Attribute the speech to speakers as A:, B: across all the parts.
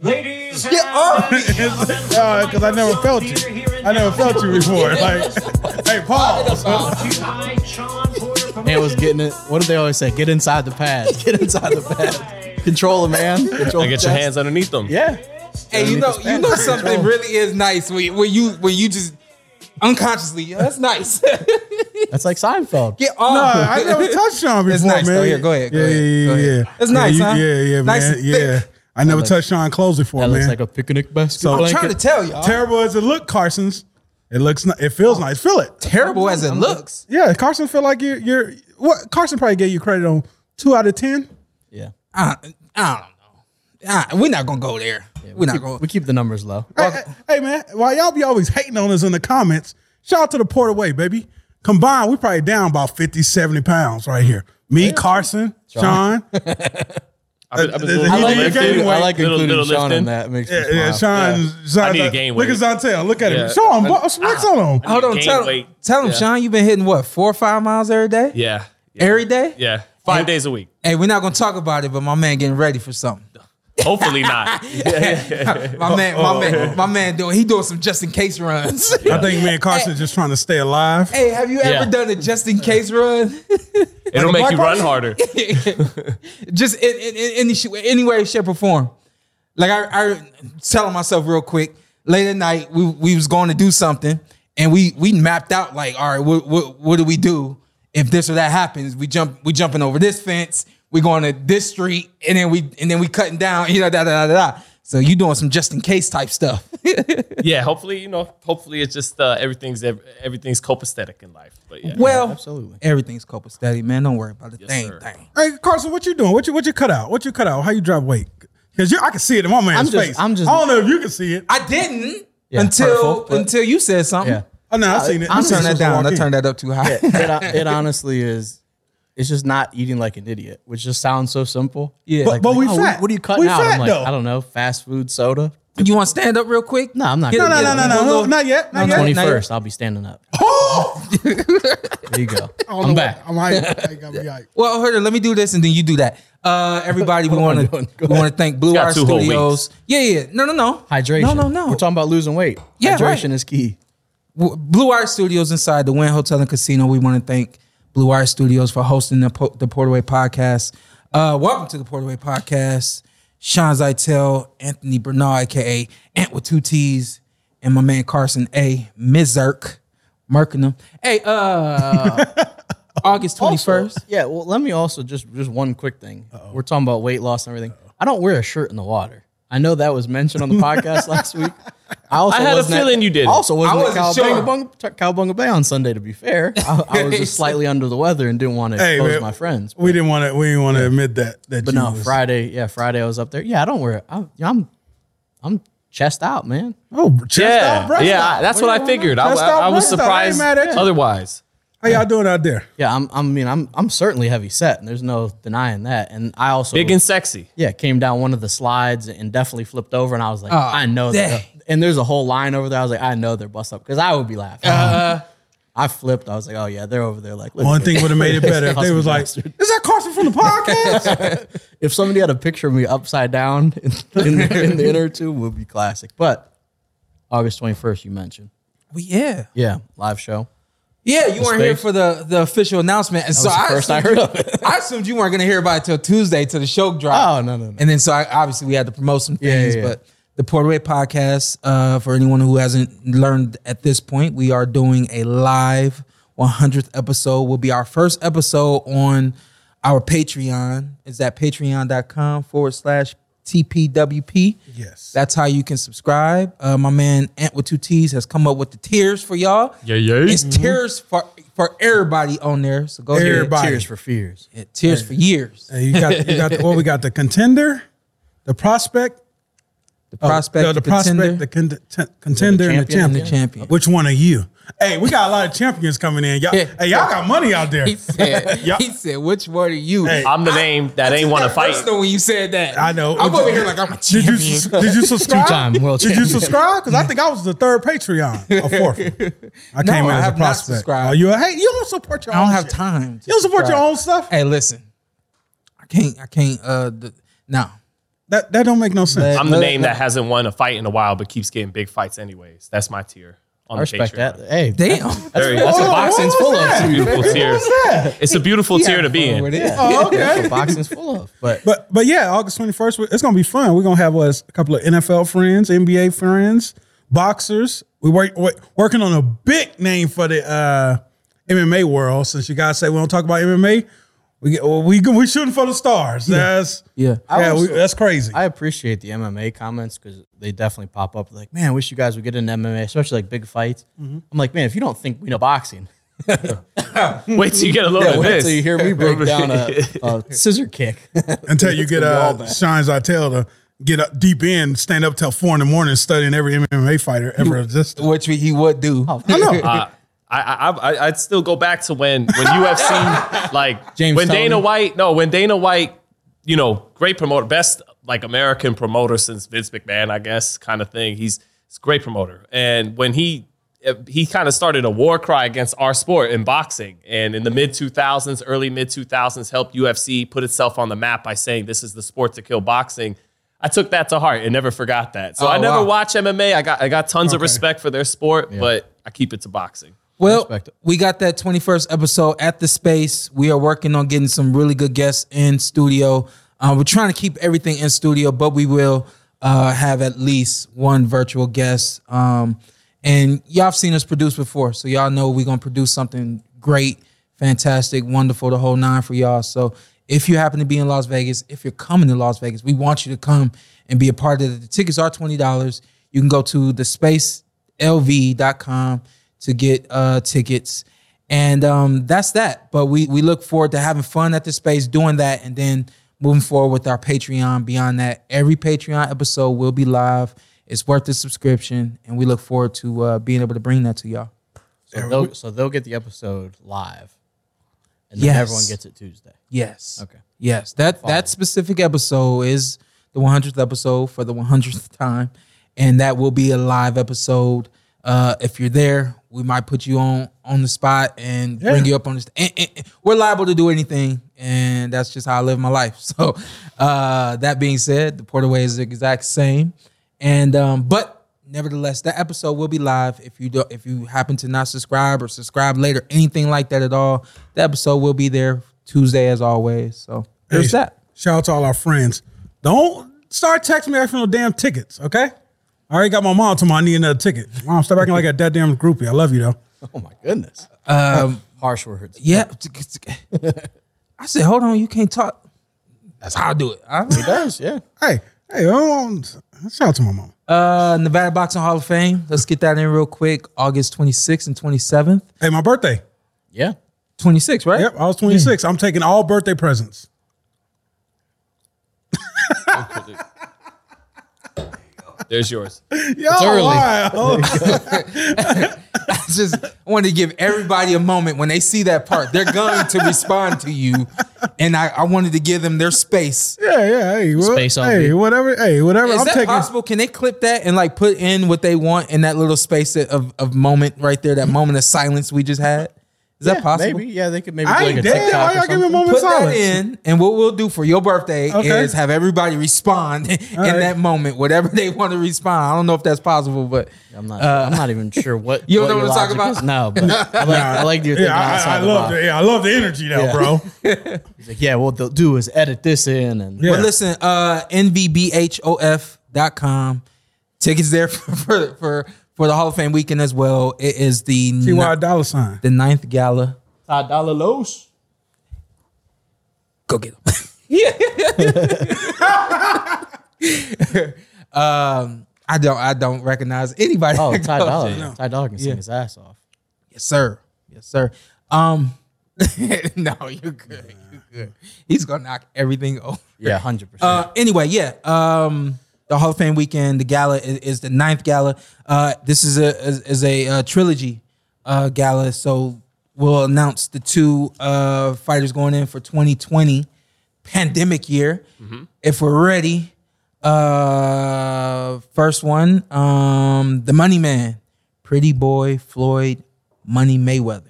A: Ladies and
B: Because Uh, I never felt you. I never felt you before. Like, hey, pause.
A: I, Sean Porter from
C: Man was getting it. What did they always say? Get inside the pad. Get inside the pad. Control it, man. Control
D: I get
C: the
D: your
C: chest.
D: hands underneath them.
C: Yeah.
E: Hey, you know, you know
C: Understand.
E: something really is nice when, when you when you just unconsciously. Yeah, that's nice.
C: That's like Seinfeld.
E: Get off.
B: Nah, I never touched on before,
E: It's nice,
B: man.
E: though. Yeah, go ahead, go
B: yeah,
E: ahead,
B: yeah,
E: go
B: yeah,
E: ahead.
B: yeah.
E: It's nice,
B: yeah,
E: huh?
B: Yeah, yeah,
E: Nice
B: man.
E: and thick.
B: yeah. I never touched on clothes before,
C: That
B: Oh, man.
C: looks like a picnic basket.
B: So- I'm
E: I'm trying to tell y'all.
B: Terrible as it look, Carson's. It looks. ni- It feels nice. Feel it.
E: terrible as it looks.
B: Yeah, Carson feel like you're. You're. What Carson probably gave you credit on two out of ten.
C: yeah.
E: I, I don't know. I, we're not gonna go there. we're not going.
C: We keep the numbers low.
B: Hey, hey, man, while y'all be always hating on us in the comments, shout out to the Portaway, baby. Combined, we probably down about 50, 70 pounds right here. Me, Carson, Sean.
D: I've been, I've been
B: Uh,
D: doing
B: I
C: I
D: a
B: like
C: like
D: little
B: including-
D: lifting.
C: including,
B: I
C: I
B: like
C: like
D: Little-
C: including
D: little
C: Sean
D: lifting.
C: in that. Makes me
B: Yeah, yeah,
C: smile.
B: Sean. Sean uh,
D: I need to gain
B: Look at Zantel. Look at him.
D: Yeah.
B: Sean, bu- what's on him?
E: Hold on.
D: Gain
E: Tell,
D: weight.
E: tell him,
D: Yeah.
E: Sean. You've been hitting what four or five miles every day.
D: Yeah. Yeah.
E: Every day.
D: Yeah. Five days a week.
E: Hey, we're not gonna talk about it, but my man getting ready for something.
D: Hopefully not.
E: My man, my
D: Oh.
E: man, my man doing he doing some just in case runs.
B: I think me and Carson just trying to stay alive.
E: hey, have you ever
D: Yeah.
E: done a just in case run?
D: It'll make you
B: Mark
D: run harder.
E: just in, in, in any sh- any way, shape, or form. Like I, I telling myself real quick. Late at night, we we was going to do something, and we we mapped out like, all right, what what, what do we do if this or that happens? We jump, we jumping over this fence. We going to this street, and then we and then we cutting down. You know, da da da da. da. So you doing some just in case type stuff.
D: Yeah. Hopefully, you know. Hopefully, it's just uh, everything's ev- everything's copacetic in life. But yeah.
E: well,
C: absolutely.
E: everything's copacetic, man. Don't worry about a thing.
D: sir.
E: thing.
B: Hey, Carson, what you doing? What you what you cut out? What you cut out? How you drop weight? Because I can see it in my man's
C: just-
B: face.
C: I'm just-
B: I don't know if you can see it.
E: I didn't
C: Yeah,
E: until
C: hurtful, but-
E: until you said something.
C: Yeah.
B: Oh, no, I seen it.
C: I'm
E: I
B: You seen
E: turned that
B: it since I
E: down.
B: walked
E: I
B: in.
E: turned that up too high.
C: it, it honestly is. It's just not eating like an idiot, which just sounds so simple. Yeah,
E: But-
C: like,
B: but
C: like,
B: we
C: oh,
B: fat.
C: What are you cutting
B: We
C: out?
B: fat,
C: I'm like,
B: though.
C: I don't know. Fast food, soda.
E: You want to stand up real quick?
C: No, I'm not.
E: Get-
B: No, no,
E: get-
B: no, no,
E: get a
B: no, no,
E: little-
B: not yet. Not
E: no,
B: yet.
C: Twenty
E: no.
C: first, I'll be standing up. there you go.
B: I
C: I'm
B: don't know
C: back.
B: what- I'm hyped. Like, I'm hyped.
E: Well, hold on, let me do this and then you do that. Uh, everybody, we want to
C: doing?
E: we want to thank Blue
D: Got
E: Wire
D: two whole
E: Studios. Yeah, yeah. No, no, no.
C: Hydration.
E: No, no, no.
C: We're talking about losing weight.
E: Yeah,
C: Hydration
E: right.
C: is key.
E: W- Blue Wire Studios inside the Wynn Hotel and Casino. We want to thank Blue Wire Studios for hosting the, po- the Portaway Podcast. Uh, welcome to the Portaway Podcast. Sean Zaitel, Anthony Bernard, aka Ant with two T's, and my man Carson A. Mizerk, Merkinum. Hey, uh, August twenty first.
C: Yeah. Well, let me also just just one quick thing. We're talking about weight loss and everything. I don't wear a shirt in the water. I know that was mentioned on the podcast last week. I, also
D: I had a
C: wasn't at-
D: feeling you didn't.
C: I also wasn't,
E: I
C: at
E: wasn't sure.
C: Cowabunga, Bunga- Cowabunga Bay on Sunday. To be fair, I, I was just slightly under the weather and didn't want to
B: Hey,
C: expose
B: man,
C: my friends.
B: We didn't want to. We didn't want to admit that. That
C: But
B: you
C: no,
B: was-
C: Friday, yeah, Friday I was up there. Yeah, I don't wear it. I'm, I'm, I'm chest out, man.
B: Oh, chest out,
D: yeah.
B: breast
D: yeah.
B: out.
D: That's what, I figured. I,
B: Breast
D: I-
B: out,
D: I was
B: breast out. I ain't
D: surprised.
B: mad at you.
D: Otherwise,
B: How y'all doing out there?
C: Yeah, I'm, I mean, I'm, I'm certainly heavy set, and there's no denying that. And I also
D: big and sexy.
C: Yeah, came down one of the slides and definitely flipped over, and I
B: Oh,
C: was like, I know that.
E: dang.
C: And there's a whole line over there. I was like, I know they're bust up because I would be laughing. I flipped. I was like, oh yeah, they're over there. Like, look
B: Uh-huh. One
C: at
B: thing
C: this.
B: would have made it better if they was like, "Is
C: Bastard.
B: that Carson from the podcast?"
C: if somebody had a picture of me upside down in, in, the, in the inner tube, would be classic. But August 21st, you mentioned,
E: We yeah.
C: yeah, live show.
E: Yeah, you weren't here
C: space.
E: for the, the official announcement. And so
C: was the
E: I
C: first I
E: assumed-
C: heard of it.
E: I assumed you weren't going to hear about it till Tuesday, till the show dropped.
C: Oh, no, no, no.
E: And then so I, obviously we had to promote some
C: Yeah,
E: things,
C: yeah, yeah.
E: but the Portaway Podcast. Uh, for anyone who hasn't learned at this point, we are doing a live 100th episode. Will be our first episode on our Patreon. Is that patreon.com forward slash TPWP?
B: Yes.
E: That's how you can subscribe. Uh, my man Ant with two T's has come up with the tiers for y'all.
D: Yeah, yeah.
E: It's
B: Mm-hmm.
E: tiers for for everybody on there. So go
B: Everybody. Body.
C: Tears for fears.
E: ahead. Yeah, tiers for years.
B: Hey, you got you got the, well, we got the contender, the prospect,
E: The
B: oh,
E: prospect,
B: the,
E: the,
B: the prospect,
E: contender,
B: the con- t- contender, and the
C: champion?
B: champion.
E: and the champion.
B: Which one are you? Hey, we got a lot of champions coming in. Y'all,
E: Yeah.
B: hey, y'all got money out there.
E: He said,
B: Yeah.
E: he said, which one are you?
B: Hey.
D: I'm the name that ain't want to fight.
E: Personal when you said that.
B: I know.
E: I'm over here like I'm a
B: Did
E: champion.
B: you did you subscribe?
C: Two-time world
B: did
C: champion.
B: you subscribe? Because I think I was the third Patreon or fourth. one. I
E: No,
B: came in
E: I
B: as
E: have
B: a
E: not
B: prospect.
E: subscribed.
B: Are you a- hey, you don't support your
E: I
B: own.
E: don't have
B: shit.
E: time. to
B: You don't support your
E: subscribe.
B: own stuff.
E: Hey, listen. I can't. I can't. Uh, the, no.
B: That that don't make no sense.
D: I'm the
E: Let-
D: name
E: let-
D: that hasn't won a fight in a while, but keeps getting big fights anyways. That's my tier. On
C: I respect
D: the
C: that.
D: Patreon.
C: Hey,
E: Damn.
D: That's, that's
B: Whoa,
D: what boxing's
B: what
D: full
B: was
D: of. It's a
B: that?
D: beautiful tier. It's a beautiful
E: He
D: tier
E: had
D: to be
E: fun with
D: in.
E: it.
B: Oh,
C: that's
B: okay.
C: what boxing's full of. But
B: But but yeah, August twenty first, it's gonna be fun. We're gonna have us a couple of NFL friends, NBA friends, boxers. We work, work working on a big name for the uh, MMA world. Since you guys say we don't talk about MMA, we get, well, we we shooting for the stars. That's
E: Yeah.
B: yeah,
C: I
B: we,
C: was-
B: that's crazy.
C: I appreciate the MMA comments because they definitely pop up. Like, man, I wish you guys would get into MMA, especially like big fights.
E: Mm-hmm.
C: I'm like, man, if you don't think we know boxing,
D: Wait till you get a load of
C: wait
D: this.
C: till you hear me break down a, a scissor kick.
B: Until you get uh, Sean Zartel to get up deep in, stand up till four in the morning, studying every MMA fighter ever existed.
E: Which we, he would do.
B: I know.
D: Uh, I, I, I, I'd still go back to when when UFC like
C: James
D: when Dana
C: Tony.
D: White no when Dana White you know great promoter best like American promoter since Vince McMahon I guess kind of thing he's, he's a great promoter and when he he kind of started a war cry against our sport in boxing and in the mid 2000s early mid 2000s helped UFC put itself on the map by saying this is the sport to kill boxing I took that to heart and never forgot that so
E: Oh,
D: I never
E: wow.
D: watch MMA I got I got tons of respect for their sport but I keep it to boxing
E: Well,
C: Respect it.
E: we got that 21st episode at the space. We are working on getting some really good guests in studio. Uh, we're trying to keep everything in studio, but we will uh, have at least one virtual guest. Um, and y'all have seen us produce before, so y'all know we're going to produce something great, fantastic, wonderful, the whole nine for y'all. So if you happen to be in Las Vegas, if you're coming to Las Vegas, we want you to come and be a part of it. The tickets are $20. You can go to the space lv.com to get uh, tickets. And um, that's that. But we we look forward to having fun at the space, doing that, and then moving forward with our Patreon. Beyond that, every Patreon episode will be live. It's worth the subscription, and we look forward to uh, being able to bring that to y'all.
C: So they'll, so they'll get the episode live, and then
E: Yes.
C: everyone gets it Tuesday.
E: Yes.
C: Okay.
E: Yes. That that specific episode is the 100th episode for the 100th time, and that will be a live episode. Uh, if you're there, we might put you on on the spot and bring you up on this. And, and- and we're liable to do anything, and that's just how I live my life. So, uh, that being said, the portaway is the exact same, and um, but nevertheless, that episode will be live. If you do, if you happen to not subscribe or subscribe later, anything like that at all, the episode will be there Tuesday as always. So there's
B: Hey,
E: that.
B: Shout out to all our friends. Don't start texting me after no damn tickets, okay? I already got my mom to my I need another ticket. Mom, stop acting like a goddamn groupie. I love you though.
C: Oh my goodness! Harsh words.
E: Um, Yeah. I said, hold on, you can't talk. That's how I do it. I-
C: He does. Yeah.
B: Hey, hey, um, shout out to my mom.
E: Uh, Nevada Boxing Hall of Fame. Let's get that in real quick. August 26th and 27th.
B: Hey, my birthday.
C: Yeah.
E: 26, right?
B: Yep, I
C: Hmm.
B: was 26. I'm taking all birthday presents.
D: There's yours.
B: Yo,
C: early.
B: wow.
E: I just wanted to give everybody a moment when they see that part. They're going to respond to you. And I, I wanted to give them their space.
B: Yeah, yeah. Hey, what,
C: Space on
B: hey,
C: me.
B: whatever. Hey, whatever.
E: Is
B: I'm
E: that
B: taking.
E: possible? Can they clip that and like put in what they want in that little space of, of moment right there, that moment of silence we just had? Is that
C: Yeah,
E: possible?
C: Maybe. Yeah, they could maybe.
B: I
C: do,
B: ain't
C: like a
B: dead.
C: TikTok
B: Why
C: or
B: y'all giving
C: something.
B: me moments
E: Put that
B: silence?
E: in, and what we'll do for your birthday
B: Okay.
E: is have everybody respond in
B: right.
E: that moment, whatever they want to respond. I don't know if that's possible, but
C: I'm not. I'm not even sure what
E: You don't know
C: your
E: what I'm talking
C: logic is.
E: about?
C: No, but I like. I like your thinking
B: Yeah, I, I,
C: outside the box.
B: love the, yeah, I love the energy though, bro.
C: He's like, yeah, what they'll do is edit this in, and
B: Yeah.
E: But listen, uh, nvbhof.com Tickets there for for for, for the Hall of Fame weekend as well. It is the
B: T Y
E: ni-
B: dollar sign.
E: the ninth gala.
C: Todd Dalalos.
E: Go get them. um, I don't I don't recognize anybody.
C: Oh,
E: I
C: Ty
E: go
C: Dolla.
E: to.
C: Ty Dolla can sing his ass off.
E: Yes, sir. Yes, sir. Um, no, you're good. You're good. He's gonna knock everything over.
C: Yeah, hundred percent.
E: Uh, anyway, yeah. Um, the Hall of Fame weekend, the gala is, is the ninth gala. Uh, this is a is, is a uh, trilogy uh, gala. So we'll announce the two uh, fighters going in for 2020 pandemic year if we're ready. Uh, first one, um, the Money Man, Pretty Boy Floyd Money Mayweather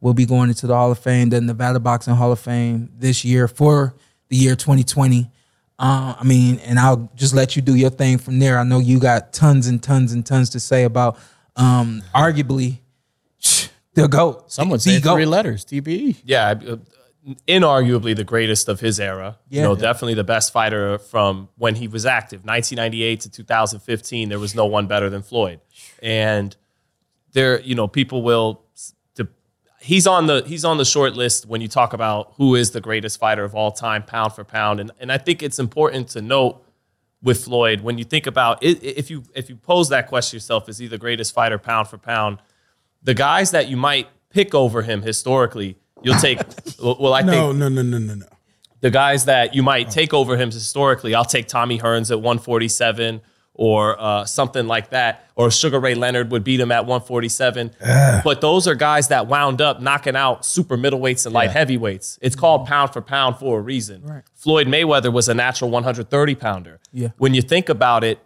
E: will be going into the Hall of Fame, the Nevada Boxing Hall of Fame this year for the year 2020. Uh, I mean, and I'll just let you do your thing from there. I know you got tons and tons and tons to say about, um, arguably, the goat.
C: Someone
E: The
C: say
E: GOAT.
C: three letters. E. TBE.
D: yeah, uh, inarguably the greatest of his era.
E: Yeah.
D: you know,
E: Yeah.
D: definitely the best fighter from when he was active, 1998 to 2015. There was no one better than Floyd, and there, you know, people will. the- He's on the he's on the short list when you talk about who is the greatest fighter of all time, pound for pound, and and I think it's important to note with Floyd when you think about i- i- if you if you pose that question yourself, is he the greatest fighter pound for pound? The guys that you might pick over him historically, you'll take. well, well, I think
B: No, no, no, no, no, no.
D: the guys that you might take over him historically, I'll take Tommy Hearns at 147 or uh, something like that, or Sugar Ray Leonard would beat him at 147. But those are guys that wound up knocking out super middleweights and light heavyweights. It's called pound for pound for a reason. Floyd Mayweather was a natural 130 pounder.
E: Yeah.
D: When you think about it,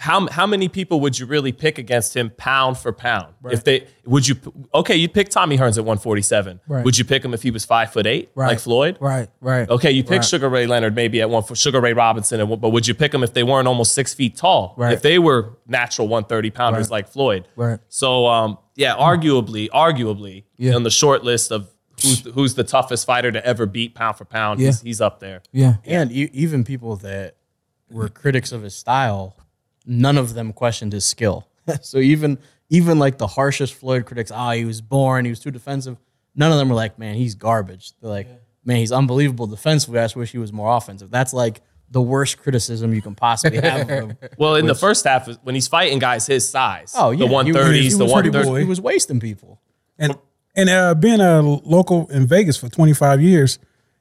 D: how how many people would you really pick against him pound for pound? If they would you okay, you pick Tommy Hearns at 147.
E: Right.
D: Would you pick him if he was five foot eight, like Floyd?
E: Right, right.
D: Okay, you pick
E: Right.
D: Sugar Ray Leonard maybe at one for Sugar Ray Robinson, and, but would you pick them if they weren't almost six feet tall?
E: Right.
D: If they were natural 130 pounders like Floyd.
E: Right.
D: So, um, yeah, arguably, arguably, on the short list of who's the, who's the toughest fighter to ever beat pound for pound, he's,
E: Yeah.
D: he's up there.
E: Yeah.
C: And e- even people that were critics of his style, none of them questioned his skill. so even even like the harshest Floyd critics, ah, he was born, he was too defensive. None of them were like, man, he's garbage. They're like, man, he's unbelievable defensively. I just wish he was more offensive. That's like the worst criticism you can possibly have of him.
D: Well, in the first half, when he's fighting guys his size,
C: Oh yeah,
D: the
C: he was-
D: 130s,
C: he
D: the
C: was- he was-
D: 130s.
C: He was wasting people.
B: and and uh, being a local in Vegas for 25 years,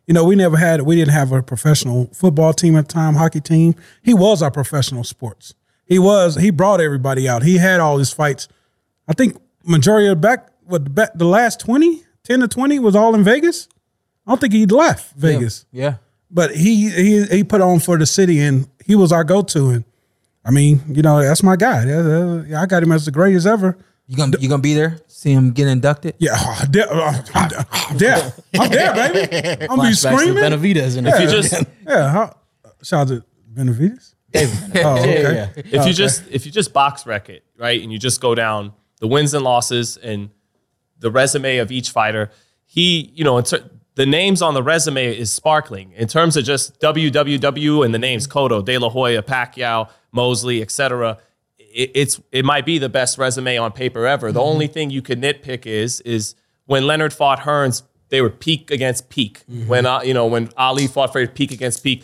B: you know, we never had we didn't have a professional football team at the time, hockey team. He was our professional sports. He was he brought everybody out. He had all his fights. I think majority of back what the, back, the last 20, 10 to 20 was all in Vegas. I don't think he left Vegas
E: Yeah.
B: but he he he put on for the city, and he was our go to. And I mean, you know, that's my guy. That- that- I got him as the greatest ever.
E: You gonna you gonna be there? See him get inducted?
B: Yeah, oh, I'm there, oh, I'm there, I'm there, I'm there, baby. I'm gonna be
C: Flashbacks to
B: screaming.
C: Benavidez, and if
D: If you just
B: Yeah, how, shout out to Benavides. Oh, okay.
C: yeah.
D: if you just if you just box wreck it right and you just go down the wins and losses and the resume of each fighter he you know in ter- the names on the resume is sparkling in terms of just www and the names Cotto, De La Hoya, Pacquiao, Mosley, etc. It, it's it might be the best resume on paper ever.
B: Mm-hmm.
D: The only thing you could nitpick is is when Leonard fought Hearns, they were peak against peak.
B: Mm-hmm.
D: When uh, you know when Ali fought for peak against peak.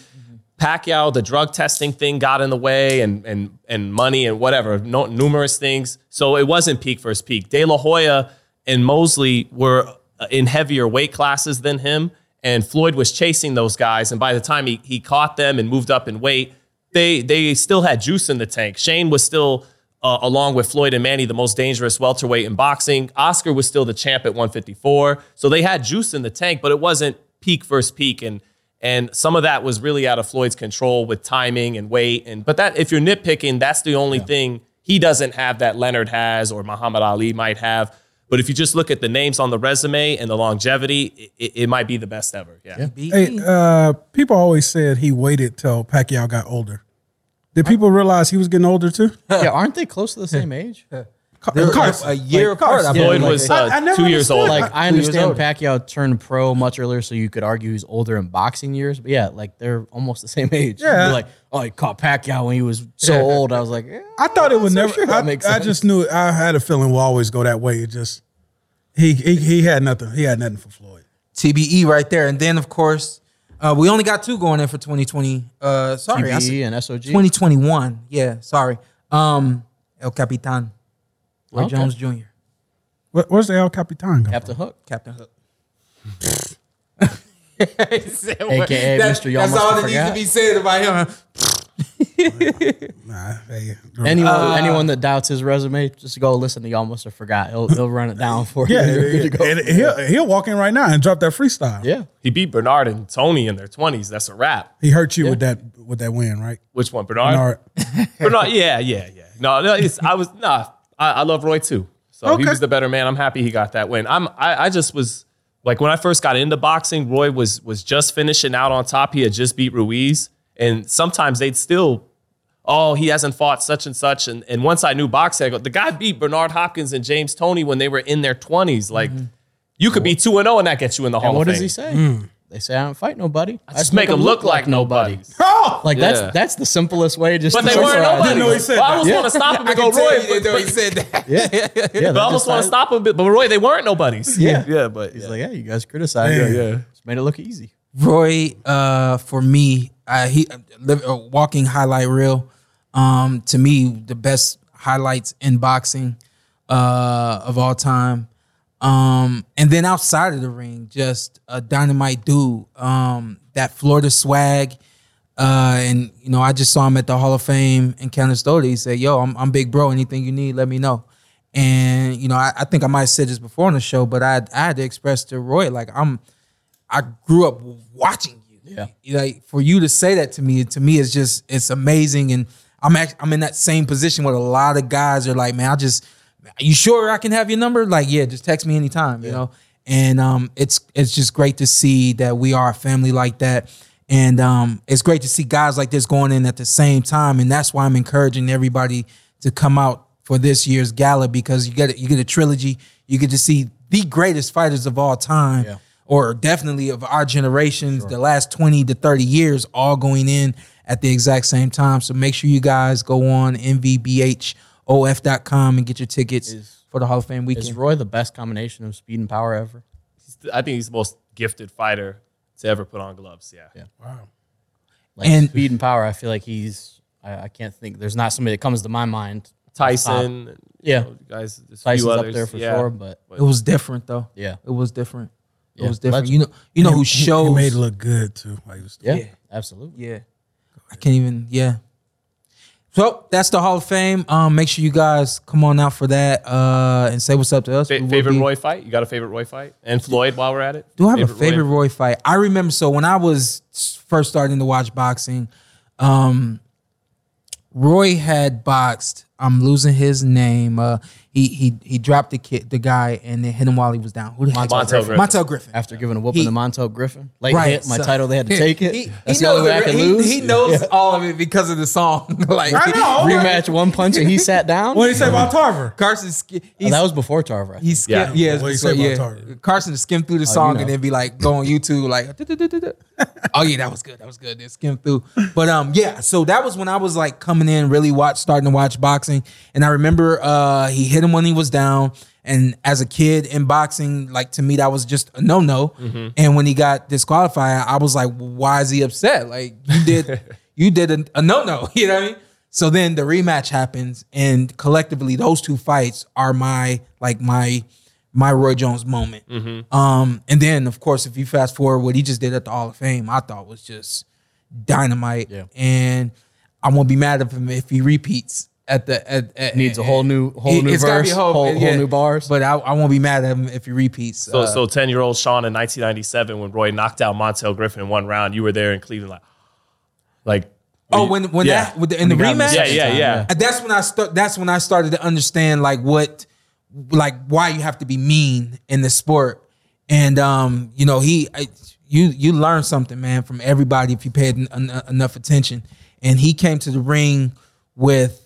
D: Pacquiao, the drug testing thing got in the way, and and and money and whatever, no, numerous things. So it wasn't peak versus peak. De La Hoya and Mosley were uh, in heavier weight classes than him, and Floyd was chasing those guys. And by the time he he caught them and moved up in weight, they they still had juice in the tank. Shane was still. Uh, along with Floyd and Manny, the most dangerous welterweight in boxing. Oscar was still the champ at 154. So they had juice in the tank, but it wasn't peak versus peak. And and some of that was really out of Floyd's control with timing and weight. And but that if you're nitpicking, that's the only thing he doesn't have that Leonard has or Muhammad Ali might have. But if you just look at the names on the resume and the longevity, it, it might be the best ever. Yeah.
B: Hey, uh, people always said he waited till Pacquiao got older. Did people realize he was getting older too?
C: yeah, aren't they close to the same age?
E: They're
B: Carson.
E: a year
B: Like,
E: apart. I
B: Carson.
E: believe.
D: Floyd
E: Like,
D: was
B: I-
D: uh,
B: I never
D: two years
B: understood.
D: old.
B: Like,
D: Like,
C: Like I
E: Two years
C: understand
E: old.
C: Pacquiao turned pro much earlier, so you could argue he's older in boxing years. But yeah, like they're almost the same age. You'd be
B: Yeah.
C: like oh, he caught Pacquiao when he was so
D: Yeah.
C: old. I was like, eh,
B: I thought it would
C: so
B: never.
C: sure that
B: I,
C: makes
B: I
C: sense.
B: just knew. I had a feeling we'll always go that way. It just he he, he had nothing. He had nothing for Floyd.
E: TBE E right there. And then, of course, uh, we only got two going in for 2020. Uh, sorry, I
C: TBE
D: E
E: said
C: and SOG.
E: 2021. Yeah, sorry. Um, El Capitan, Roy
C: Okay.
E: Jones Jr.,
B: Where, where's the El Capitan? Come
C: Captain Hook,
E: Captain Hook.
C: aka Mr. Y'all
E: That's
C: must
E: all
C: have
E: that needs to
C: forgot.
E: be said about him.
B: from? Nah, hey,
C: Anyone,
D: Uh,
C: anyone that doubts his resume, just go listen to Y'all Must Have Forgot. He'll, he'll run it down for you.
B: yeah,
C: You're good to
B: yeah,
C: go.
B: and he'll he'll walk in right now and drop that freestyle.
C: yeah.
D: he beat Bernard and Tony in their twenties. That's a wrap.
B: he hurt you with that with that win, right?
D: Which one, Bernard?
B: Bernard.
D: Bernard, yeah, yeah, yeah. No, no, it's, I was nah. I, I love Roy too. So he
B: Okay.
D: was the better man. I'm happy he got that win. I'm I, I just was like when I first got into boxing, Roy was was just finishing out on top. He had just beat Ruiz, and sometimes they'd still. Oh, he hasn't fought such and such. And, and once I knew boxing, I go, the guy beat Bernard Hopkins and James Tony when they were in their 20s. Like, you could be 2 and 0 and that gets you in the Hall
C: And what
D: of
C: does
D: Fame.
C: he say? They say I don't fight nobody. I
D: Just make him look like nobody.
C: Like
D: Yeah.
C: that's that's the simplest way. Just
D: But
C: to
D: they weren't
C: summarize it.
D: nobody.
B: know he said
D: Well, I
B: that.
D: almost
C: Yeah.
D: want to stop him
E: I
D: and go,
E: can tell
D: Roy,
E: you
D: but-
E: though he
D: but-
E: said that.
C: Yeah, yeah.
D: But I almost want to stop him, but, but Roy, they weren't nobodies.
C: Yeah.
D: yeah, but
C: He's like, yeah, you guys criticize.
B: Yeah.
C: Yeah, yeah. Just made it look easy.
E: Roy, uh, for me, uh, he uh, live, uh, walking highlight reel. Um, to me, the best highlights in boxing uh, of all time. Um, and then outside of the ring, just a dynamite dude. Um, that Florida swag. Uh, and you know, I just saw him at the Hall of Fame in Canastota. He said, "Yo, I'm, I'm big bro. Anything you need, let me know." And you know, I, I think I might have said this before on the show, but I I had to express to Roy like I'm I grew up watching you. Yeah. Like for you to say that to me, to me it's just it's amazing. And I'm act- I'm in that same position where a lot of guys are like, man, I just you sure I can have your number? Like, yeah, just text me anytime, you know. And um it's it's just great to see that we are a family like that. And um it's great to see guys like this going in at the same time. And that's why I'm encouraging everybody to come out for this year's gala because you get you get a trilogy, you get to see the greatest fighters of all time or definitely of our generations, the last 20 to 30 years, all going in at the exact same time. So make sure you guys go on mvbhof.com and get your tickets for the Hall of Fame
C: Is
E: weekend.
C: Roy the best combination of speed and power ever?
D: I think he's the most gifted fighter to ever put on gloves. Yeah.
C: Like
E: And-
C: speed and power, I feel like he's. I, I can't think. There's not somebody that comes to my mind.
D: Tyson, and, you
C: Yeah.
D: know, guys, there's a few
C: Tyson's up
D: others.
C: there for
D: Yeah.
C: sure, but
E: It was different though.
C: Yeah.
E: It was different. It
C: Yeah.
E: was different.
C: Legend.
E: You know, you know who
B: He-
E: shows
B: he made it look good too. While he was
C: yeah,
E: Yeah.
C: absolutely.
E: Yeah. I can't even, yeah. So that's the Hall of Fame. Um, make sure you guys come on out for that uh, and say what's up to us. We
D: Fa-
E: will
D: favorite
E: be-
D: Roy fight? You got a favorite Roy fight? And Floyd while we're at it?
E: Do I have a favorite Roy? fight? I remember. So when I was first starting to watch boxing, um, Roy had boxed. I'm losing his name. Uh, he he he dropped the kid, the guy, and then hit him while he was down. Who the heck
D: Montel
E: was that?
D: Griffin.
E: Montel Griffin.
C: After giving a whooping
E: He-
C: to Montel Griffin, late
E: Right,
C: hit my
E: so-
C: title, they had to take it.
E: He, he
C: That's the
E: knows
C: only way I can
E: he,
C: lose.
E: He knows all of it because of the song. like
B: I know.
C: Rematch one punch and he sat down.
B: What did he say about Tarver?
E: Carson. ski-
C: Oh,
E: He's,
C: that was before Tarver. I think.
E: he skimmed,
D: Yeah.
E: yeah, yeah,
B: What do you
E: so,
B: say about
E: yeah.
B: Target?
E: Carson skimmed through the song
C: Oh, know.
E: and then be like, go on YouTube, like, "Du-du-du-du-du." oh yeah, that was good, that was good. Then skim through, but um, yeah. So that was when I was like coming in, really watch, starting to watch boxing, and I remember uh, he hit him when he was down. And as a kid in boxing, like to me, that was just a no no. And when he got disqualified, I was like, why is he upset? Like you did, you did a, a no no. You know what I mean? So then the rematch happens, and collectively, those two fights are my like my my Roy Jones moment.
C: Mm-hmm.
E: Um, and then, of course, if you fast forward, what he just did at the Hall of Fame, I thought was just dynamite.
C: Yeah.
E: And I won't be mad at him if he repeats at the at, at
C: Needs a whole new- whole new
E: it's gotta be
C: verse, whole- whole new bars.
E: But I, I won't be mad at him if he repeats.
D: So,
E: Uh,
D: so 10 year old Sean in 1997, when Roy knocked out Montel Griffin in one round, you were there in Cleveland, like, like
E: oh, when when
D: yeah.
E: that with the, in the
C: he got him the
E: rematch,
D: yeah,
C: second
D: yeah,
C: time,
D: yeah.
E: And that's when I start. That's when I started to understand like what, like why you have to be mean in the sport. And um, you know, he, I, you, you learn something, man, from everybody if you paid en- en- enough attention. And he came to the ring with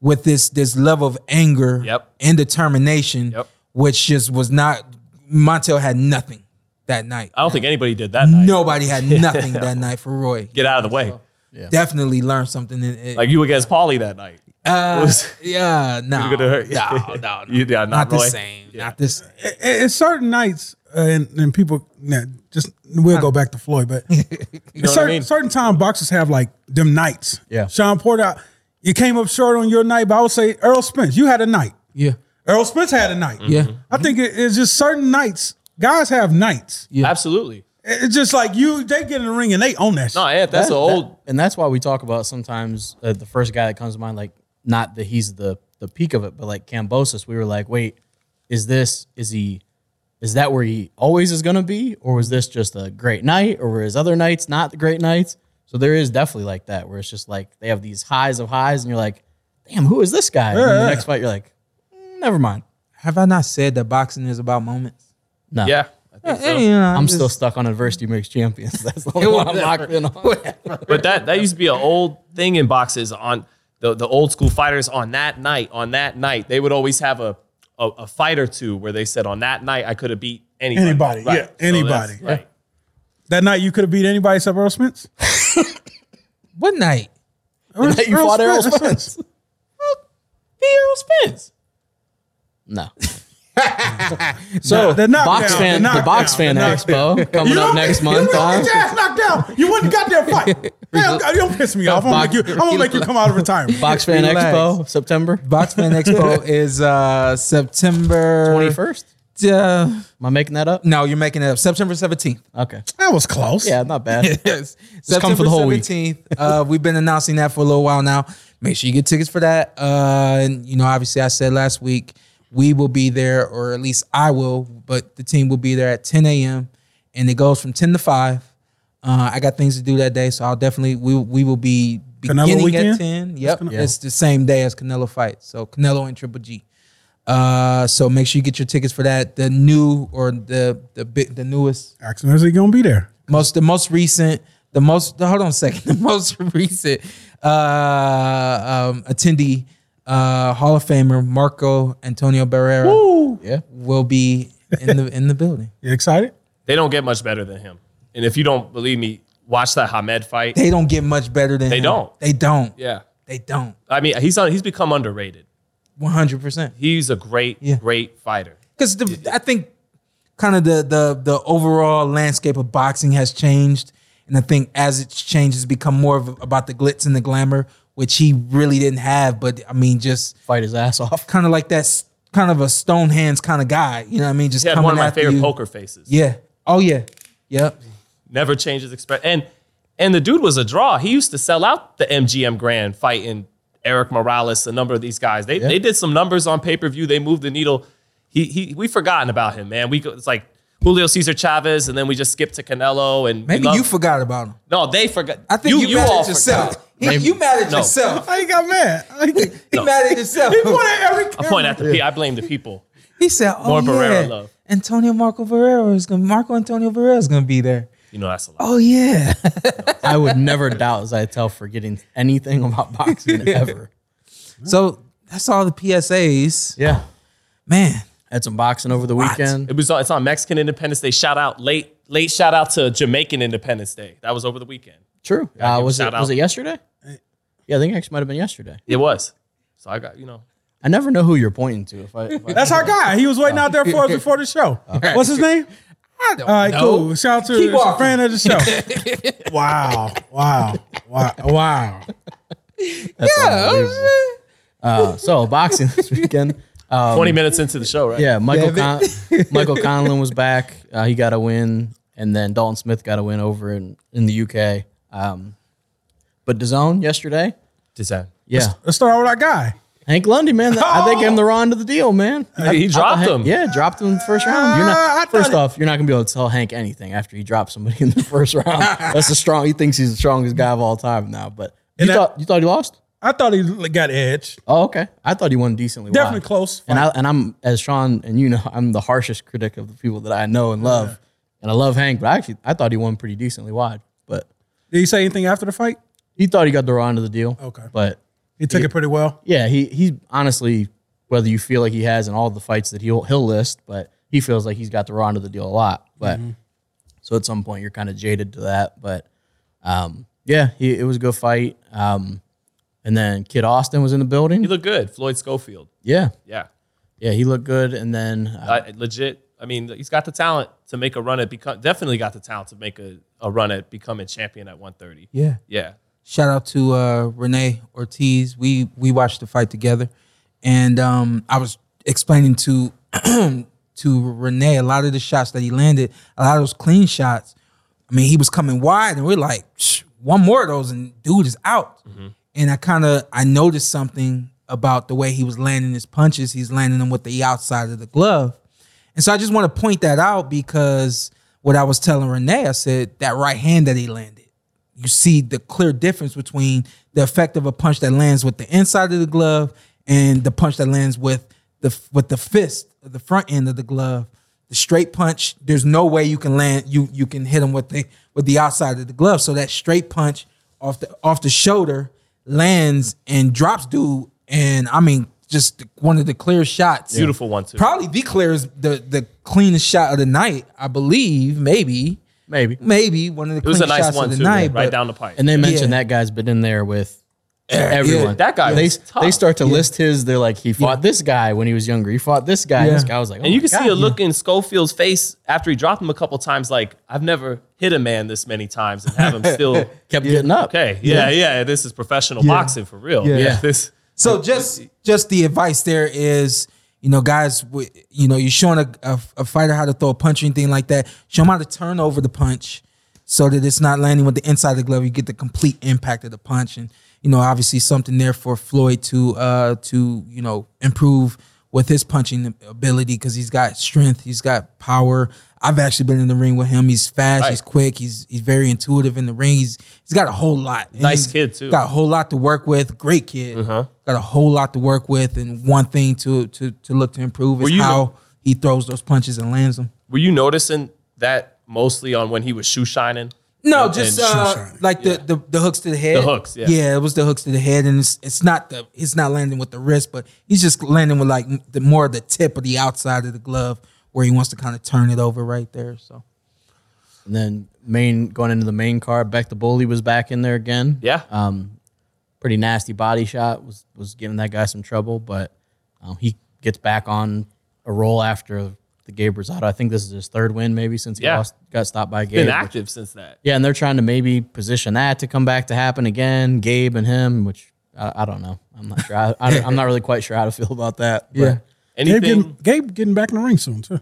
E: with this this level of anger
D: Yep.
E: and determination,
D: Yep.
E: which just was not. Montel had nothing that night.
D: I don't think anybody did that. night.
E: Nobody had nothing that night for Roy.
D: Get out of the way.
E: Definitely learned something. In it.
D: Like you against Paulie that night.
E: uh,
D: was-
E: yeah, no,
D: You're gonna hurt.
E: no, no, no.
D: You- yeah, not,
E: not the
D: Roy.
E: same. Not the same.
B: It- it's certain nights, uh, and, and people nah, just we'll go back to Floyd, but
D: You know what I
B: certain,
D: mean?
B: certain time boxers have like them nights.
C: Yeah.
B: Sean Porter, you came up short on your night, but I would say Earl Spence, you had a night.
E: Yeah,
B: Earl Spence had a night.
E: yeah.
B: I think it, it's just certain nights. Guys have nights.
D: Absolutely.
B: It- It's just like you, they get in the ring and they own that.
D: No,
B: shit.
D: Ant, that's
C: That-
D: an old.
C: that- and that's why we talk about sometimes uh, the first guy that comes to mind, like not that he's the the peak of it, but like Cambosis, we were like, wait, is this is he is that where he always is gonna be, or was this just a great night, or were his other nights not the great nights? So there is definitely like that where it's just like they have these highs of highs, and you're like, damn, who is this guy? And then
B: Yeah,
C: the
B: yeah.
C: next fight, you're like, "Mm, never mind.
E: Have I not said that boxing is about moments?
C: No,
D: Yeah. I think so.
E: You know,
C: I'm
E: just-
C: still stuck on adversity makes champions. That's the only one I'm locked in on.
D: But that that used to be an old thing in boxes on the, the old school fighters on that night, on that night, they would always have a, a, a fight or two where they said, on that night, I could have beat anybody.
B: Anybody, yeah,
D: So that's-
B: anybody.
D: right.
B: That night you could have beat anybody except Earl Spence.
E: What night?
B: Earl,
C: night you fought Errol
B: that's
C: Spence.
B: Spence.
D: Earl Spence.
C: No.
B: No,
C: so
B: the
C: the
B: knockdown,
C: box
B: the
C: fan, the,
B: knockdown,
C: box
B: the
C: fan
B: knockdown.
C: expo coming up next month.
B: You would've
C: on-
B: got your ass knocked down. You wouldn't got that fight. Damn, God, you don't piss me off. I'm gonna make you. I'm gonna make you come out of retirement.
C: box fan
E: Relax.
C: expo September
E: Boxman Expo is uh September
C: twenty first.
E: Uh,
C: Am I making that up?
E: no, you're making it up. September 17th.
C: Okay.
B: That was close.
C: Yeah, not bad.
E: yes.
C: come for the whole week.
E: 17th. Uh, we've been announcing that for a little while now. Make sure you get tickets for that. Uh, and, you know, obviously, I said last week we will be there, or at least I will, but the team will be there at 10 a.m. and it goes from 10 to 5. Uh, I got things to do that day, so I'll definitely we we will be
B: Canelo
E: beginning at
B: weekend?
E: 10. Yep, it's the same day as Canelo fight. So Canelo and Triple G. Uh, so make sure you get your tickets for that. The new or the the big the newest
B: Ask him, is he gonna be there?
E: most the most recent the most hold on a second the most recent uh um attendee uh hall of famer marco antonio barrera
C: Yeah.
E: will be in the in the building
B: You excited?
D: They don't get much better than him. And if you don't believe me, watch that Hamed fight.
E: they don't get much better than
D: They
E: him.
D: don't.
E: they don't
D: Yeah.
E: they don't
D: I mean, he's on, he's become underrated.
E: 100 percent
D: He's a great,
E: Yeah.
D: great fighter.
E: because the i think kind of the the the overall landscape of boxing has changed and i think as it's changed it's become more of about the glitz and the glamour which he really didn't have but i mean just
C: Fight his ass off.
E: kind of like that s- kind of a stone hands kind of guy. You know what I mean? Just
D: He had
E: coming
D: one of my
E: after
D: favorite
E: you.
D: poker faces.
E: Yeah. Oh yeah. Yep.
D: Never changes expression. And and the dude was a draw. He used to sell out the MGM Grand fighting Eric Morales, a number of these guys. They they did some numbers on pay per view. They moved the needle. He he. We've forgotten about him, man. We go- it's like Julio Cesar Chavez, and then we just skipped to Canelo. And we
E: Maybe
D: love-
E: you forgot about him.
D: No, they forgot.
E: I think you, mad
D: all
E: at yourself.
D: forgot.
E: He- you mad at
D: No.
E: yourself.
B: I ain't Oh, got mad. I ain't-
E: He mad at yourself.
B: he pointed every.
D: I point at the pe- I blame the people.
E: He said, "Oh
D: More
E: yeah,
D: Barrera love.
E: Antonio Marco Barrera is gonna Marco Antonio Barrera is gonna be there.
D: You know that's a lot.
E: Oh yeah,
C: I would never doubt Zaitel for getting anything about boxing ever.
E: so that's all the PSAs,
C: Yeah.
E: man.
C: Had some boxing over the
D: It
C: weekend.
D: was on, it's on Mexican Independence Day. Shout out late late shout out to Jamaican Independence Day. That was over the weekend.
C: True. Uh, was it
D: shout out.
C: was it yesterday?
B: Uh,
C: Yeah, I think it actually might have been yesterday.
D: It was. So I got you know.
C: I never know who you're pointing to. If I, if I
B: That's our guy. He was waiting out there for us before the show. What's his name?
E: I don't
B: All right,
E: know.
B: cool. Shout out to
E: Keep
B: a
E: walking.
B: friend of the show. wow, wow, wow, wow.
C: that's
E: Yeah,
C: unbelievable. Uh, so boxing this weekend. Um,
D: Twenty minutes into the show, right?
C: Yeah, Michael Con-
E: Damn
C: Michael Conlon was back. Uh, he got a win, and then Dalton Smith got a win over in, in the UK. Um, but DAZN yesterday,
D: Just that.
C: yeah,
B: Let's start with our guy.
C: Hank Lundy, man, that- I think gave him the run to the deal, man. I-
D: he
C: I thought
D: dropped
C: Hank-
D: him.
C: yeah, dropped him in the first round. You're
B: Uh, I
C: not
B: thought
C: first
B: it-
C: off, you're not gonna be able to tell Hank anything after he drops somebody in the first round. That's the strong. He thinks he's the strongest guy of all time now. But you
B: And that-
C: thought you thought he lost?
B: I thought he got edged.
C: Oh, okay. I thought he won decently.
B: Definitely
C: wide.
B: close.
C: And I and I'm as Sean and you know I'm the harshest critic of the people that I know and love, and I love Hank, but I actually I thought he won pretty decently wide, but
B: Did he say anything after the fight?
C: he thought he got the raw end of the deal.
B: Okay.
C: but
B: He took it pretty well.
C: yeah, he he honestly, whether you feel like he has in all the fights that he'll he'll list, but he feels like he's got the raw end of the deal a lot. But
B: Mm-hmm.
C: so at some point you're kind of jaded to that. But um, yeah, he, it was a good fight. Um, and then Kid Austin was in the
D: He
C: building.
D: looked good, Floyd Schofield.
C: Yeah,
D: Yeah,
C: yeah, he looked good. And then uh,
D: I, legit. I mean, he's got the talent to make a run at become. Definitely got the talent to make a, a run at becoming champion at 130.
E: Yeah.
D: Yeah,
E: Shout out to uh, Renee Ortiz. We we watched the fight together, and um, I was explaining to to Renee a lot of the shots that he landed, a lot of those clean shots. I mean, he was coming wide, and we're like, "Shh, one more of those, and dude is out. And I kind of I noticed something about the way he was landing his punches. He's landing them with the outside of the glove, and so I just want to point that out because what I was telling Renee, I said that right hand that he landed you see the clear difference between the effect of a punch that lands with the inside of the glove and the punch that lands with the with the fist of the front end of the glove. The straight punch, there's no way you can land you you can hit him with the with the outside of the glove. So that straight punch off the off the shoulder lands and drops dude and I mean just one of the clearest shots.
D: Beautiful one, too.
E: Probably the clearest the the cleanest shot of the night, I believe, maybe.
C: maybe.
E: Maybe one of the
D: it was
E: cleanest
D: a nice
E: shots
D: one
E: of the
D: too,
E: night.
D: right
E: but-
D: down the pipe.
C: And they mentioned
E: Yeah.
C: that guy's been in there with everyone.
D: That guy
C: They
D: was tough.
C: they start to list his. They're like, he fought this guy when he was younger. He fought this guy.
E: Yeah.
C: This guy was like, oh
D: And you
C: my
D: can
C: God.
D: see a look in Schofield's face after he dropped him a couple times, like, I've never hit a man this many times and have him still.
C: kept getting up.
D: Okay. Yeah, yeah. This is professional boxing for real. Yeah.
C: Yeah.
D: This
E: So just just the advice there is, you know, guys, w- you know, you're showing a, a, a fighter how to throw a punch or anything like that. Show them how to turn over the punch so that it's not landing with the inside of the glove. You get the complete impact of the punch, and you know, obviously something there for Floyd to uh to you know improve with his punching ability because he's got strength, he's got power. I've actually been in the ring with him. He's fast, he's quick, he's he's very intuitive in the ring. He's he's got a whole lot. And
D: Nice
E: he's
D: kid, too.
E: Got a whole lot to work with. Great kid. Got a whole lot to work with, and one thing to to to look to improve
D: Were
E: is
D: you-
E: how he throws those punches and lands them.
D: were you noticing that mostly on when he was shoe shining?
E: No,
D: And-
E: just
D: and-
E: uh, like the, the the hooks to the head.
D: The hooks, yeah.
E: Yeah, it was the hooks to the head, and it's it's not the it's not landing with the wrist, but he's just landing with like the more of the tip of the outside of the glove where he wants to kind of turn it over right there. So
C: And then main going into the main card, Beck the Bully was back in there again.
D: Yeah.
C: Um, pretty nasty body shot was was giving that guy some trouble, but um, he gets back on a roll after the Gabe Rosado. I think this is his third win maybe since he
D: Yeah.
C: lost got stopped by Gabe.
D: Been
C: which-
D: active since that.
C: Yeah, and they're trying to maybe position that to come back to happen again, Gabe and him, which I, I don't know. I'm not sure. I, I, am not really quite sure how to feel about that. but-
E: Yeah.
B: Gabe
D: Anything?
B: getting, Gabe getting back in the ring soon too.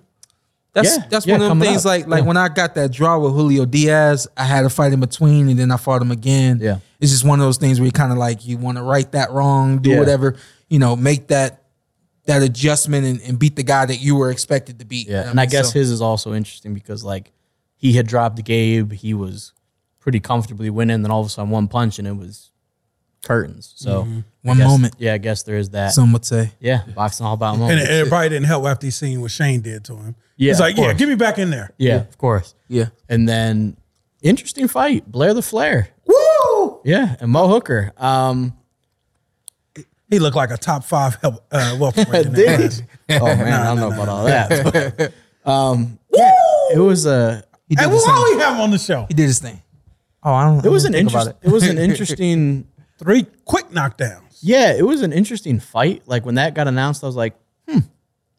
E: that's
C: Yeah,
E: that's
C: yeah,
E: one of them
C: coming
E: things.
C: up.
E: Like like when I got that draw with Julio Diaz, I had a fight in between, and then I fought him again.
C: Yeah.
E: it's just one of those things where you kind of like you want to right that wrong, do
C: Yeah.
E: whatever, you know, make that that adjustment and, and beat the guy that you were expected to beat.
C: Yeah, and I
E: mean,
C: guess
E: so-
C: his is also interesting because like he had dropped Gabe, he was pretty comfortably winning, then all of a sudden one punch and it was curtains. So I
E: One
C: guess-
E: moment.
C: yeah, I guess there is that.
E: some would say.
C: yeah, boxing all about
B: And
C: moments.
B: it, it probably didn't help after he seen what Shane did to him.
C: Yeah,
B: He's like,
C: of
B: yeah,
C: course.
B: get me back in there.
C: yeah, of course.
E: Yeah.
C: And then interesting fight, Blair the Flair.
E: Woo!
C: Yeah, and Mo Hooker. Um,
B: He looked like a top five help, uh, welterweight. in that class.
C: oh man, I don't know about all that. but, um, yeah, it was uh, a
E: He did,
B: Hey,
E: his
B: we'll
E: thing.
B: always have him on the show.
E: he did his thing. Oh, I don't.
C: it was an
E: about
C: interest, it was an interesting
B: Three quick knockdowns.
C: Yeah, it was an interesting fight. Like when that got announced, I was like, hmm,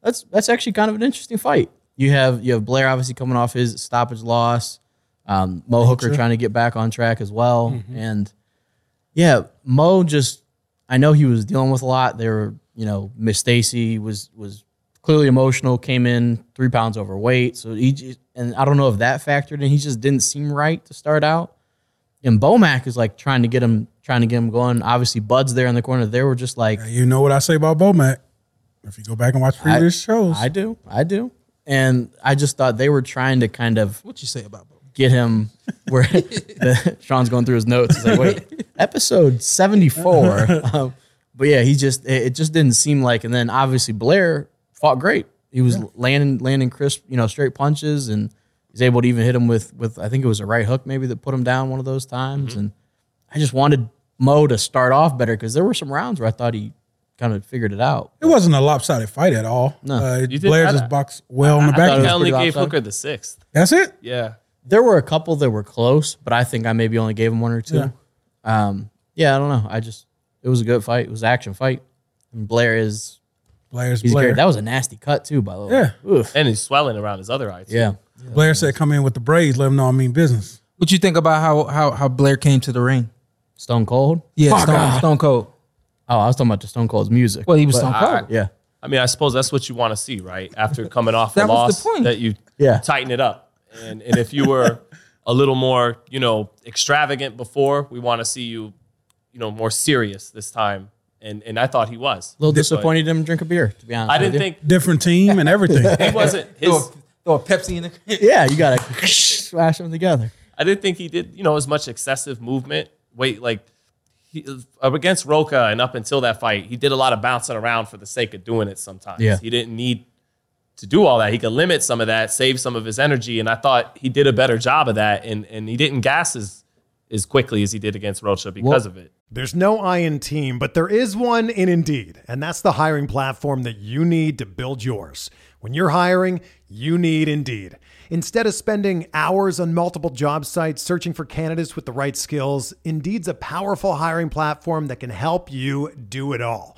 C: that's that's actually kind of an interesting fight. You have you have Blair obviously coming off his stoppage loss, um, Mo Hooker trying to get back on track as well, and yeah, Mo just I know he was dealing with a lot. There were you know Miss Stacy was was clearly emotional, came in three pounds overweight, so he just, and I don't know if that factored in. He just didn't seem right to start out and Bomac is like trying to get him trying to get him going. Obviously, Bud's there in the corner. They were just like,
B: You know what I say about Bomac. If you go back and watch previous shows,
C: I do, I do. And I just thought they were trying to kind of
E: What you say about Bo?
C: get him where the, Sean's going through his notes. He's like, wait, episode 74. Um, but yeah, he just, it, it just didn't seem like, and then obviously Blair fought great. He was landing, landing crisp, you know, straight punches and he's able to even hit him with, with, I think it was a right hook maybe that put him down one of those times. And I just wanted Mo to start off better because there were some rounds where I thought he kind of figured it out.
B: It wasn't a lopsided fight at all. No, uh,
D: did
B: Blair
D: try
B: just
D: that.
B: boxed well in the
D: I
B: back.
D: thought
B: end.
D: I only
C: pretty
D: gave
C: outside.
D: Hooker the sixth.
B: That's it.
D: Yeah.
C: There were a couple that were close, but I think I maybe only gave him one or two. Yeah. Um, yeah, I don't know. I just it was a good fight. It was an action fight. And Blair is
B: Blair's
C: he's
B: Blair.
C: great. That was a nasty cut too, by the way.
B: Yeah.
C: Oof.
D: And he's swelling around his other eye. too.
C: Yeah.
B: Blair said, "Come in with the braids. Let him know I mean business."
E: What you think about how how how Blair came to the ring?
C: Stone Cold.
E: Yeah, Stone, Stone Cold.
C: Oh, I was talking about the Stone Cold's music.
E: Well, he was Stone
C: But-
E: Cold.
C: Yeah.
D: I mean, I suppose that's what you want to see, right? After coming off
E: That
D: a
E: was
D: loss,
E: the point.
D: that you
C: Yeah.
D: tighten it up. And, and if you were a little more, you know, extravagant before, we want to see you, you know, more serious this time. And and I thought he was.
C: A little disappointed he didn't drink a beer, to be honest.
D: I
C: with
D: didn't
C: you.
D: think
B: Different team and everything.
D: he wasn't his
E: Throw, a- throw a Pepsi in the
C: Yeah, you gotta slash them together.
D: I didn't think he did, you know, as much excessive movement. Wait, like he, up against Roca and up until that fight, he did a lot of bouncing around for the sake of doing it sometimes.
C: Yeah.
D: He didn't need to do all that. He could limit some of that, save some of his energy. And I thought he did a better job of that. And and he didn't gas as, as quickly as he did against Rocha because of it.
F: There's no I in team, but there is one in Indeed, and that's the hiring platform that you need to build yours. When you're hiring, you need Indeed. Instead of spending hours on multiple job sites searching for candidates with the right skills, Indeed's a powerful hiring platform that can help you do it all.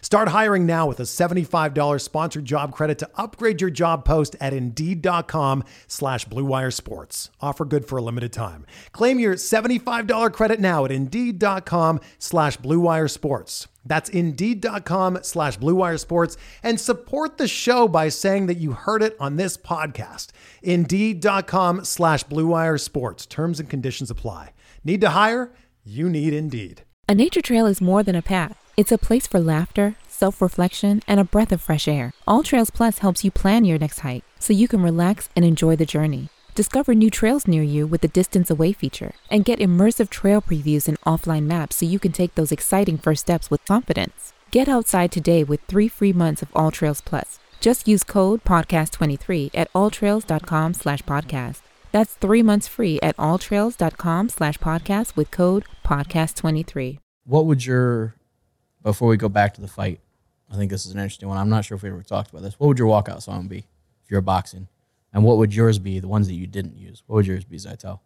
F: Start hiring now with a $75 sponsored job credit to upgrade your job post at Indeed.com slash Blue Wire Sports. Offer good for a limited time. Claim your $75 credit now at Indeed.com slash Blue Wire Sports. That's Indeed.com slash Blue Wire Sports. And support the show by saying that you heard it on this podcast. Indeed.com slash Blue Wire Sports. Terms and conditions apply. Need to hire? You need Indeed.
G: A nature trail is more than a path. It's a place for laughter, self reflection, and a breath of fresh air. All Trails Plus helps you plan your next hike so you can relax and enjoy the journey. Discover new trails near you with the Distance Away feature and get immersive trail previews and offline maps so you can take those exciting first steps with confidence. Get outside today with three free months of All Trails Plus. Just use code PODCAST23 at alltrails.com slash podcast. That's three months free at alltrails.com slash podcast with code PODCAST23.
C: What would your before we go back to the fight? I think this is an interesting one. I'm not sure if we ever talked about this. What would your walkout song be if you're boxing? And what would yours be? The ones that you didn't use. What would yours be, Zytel?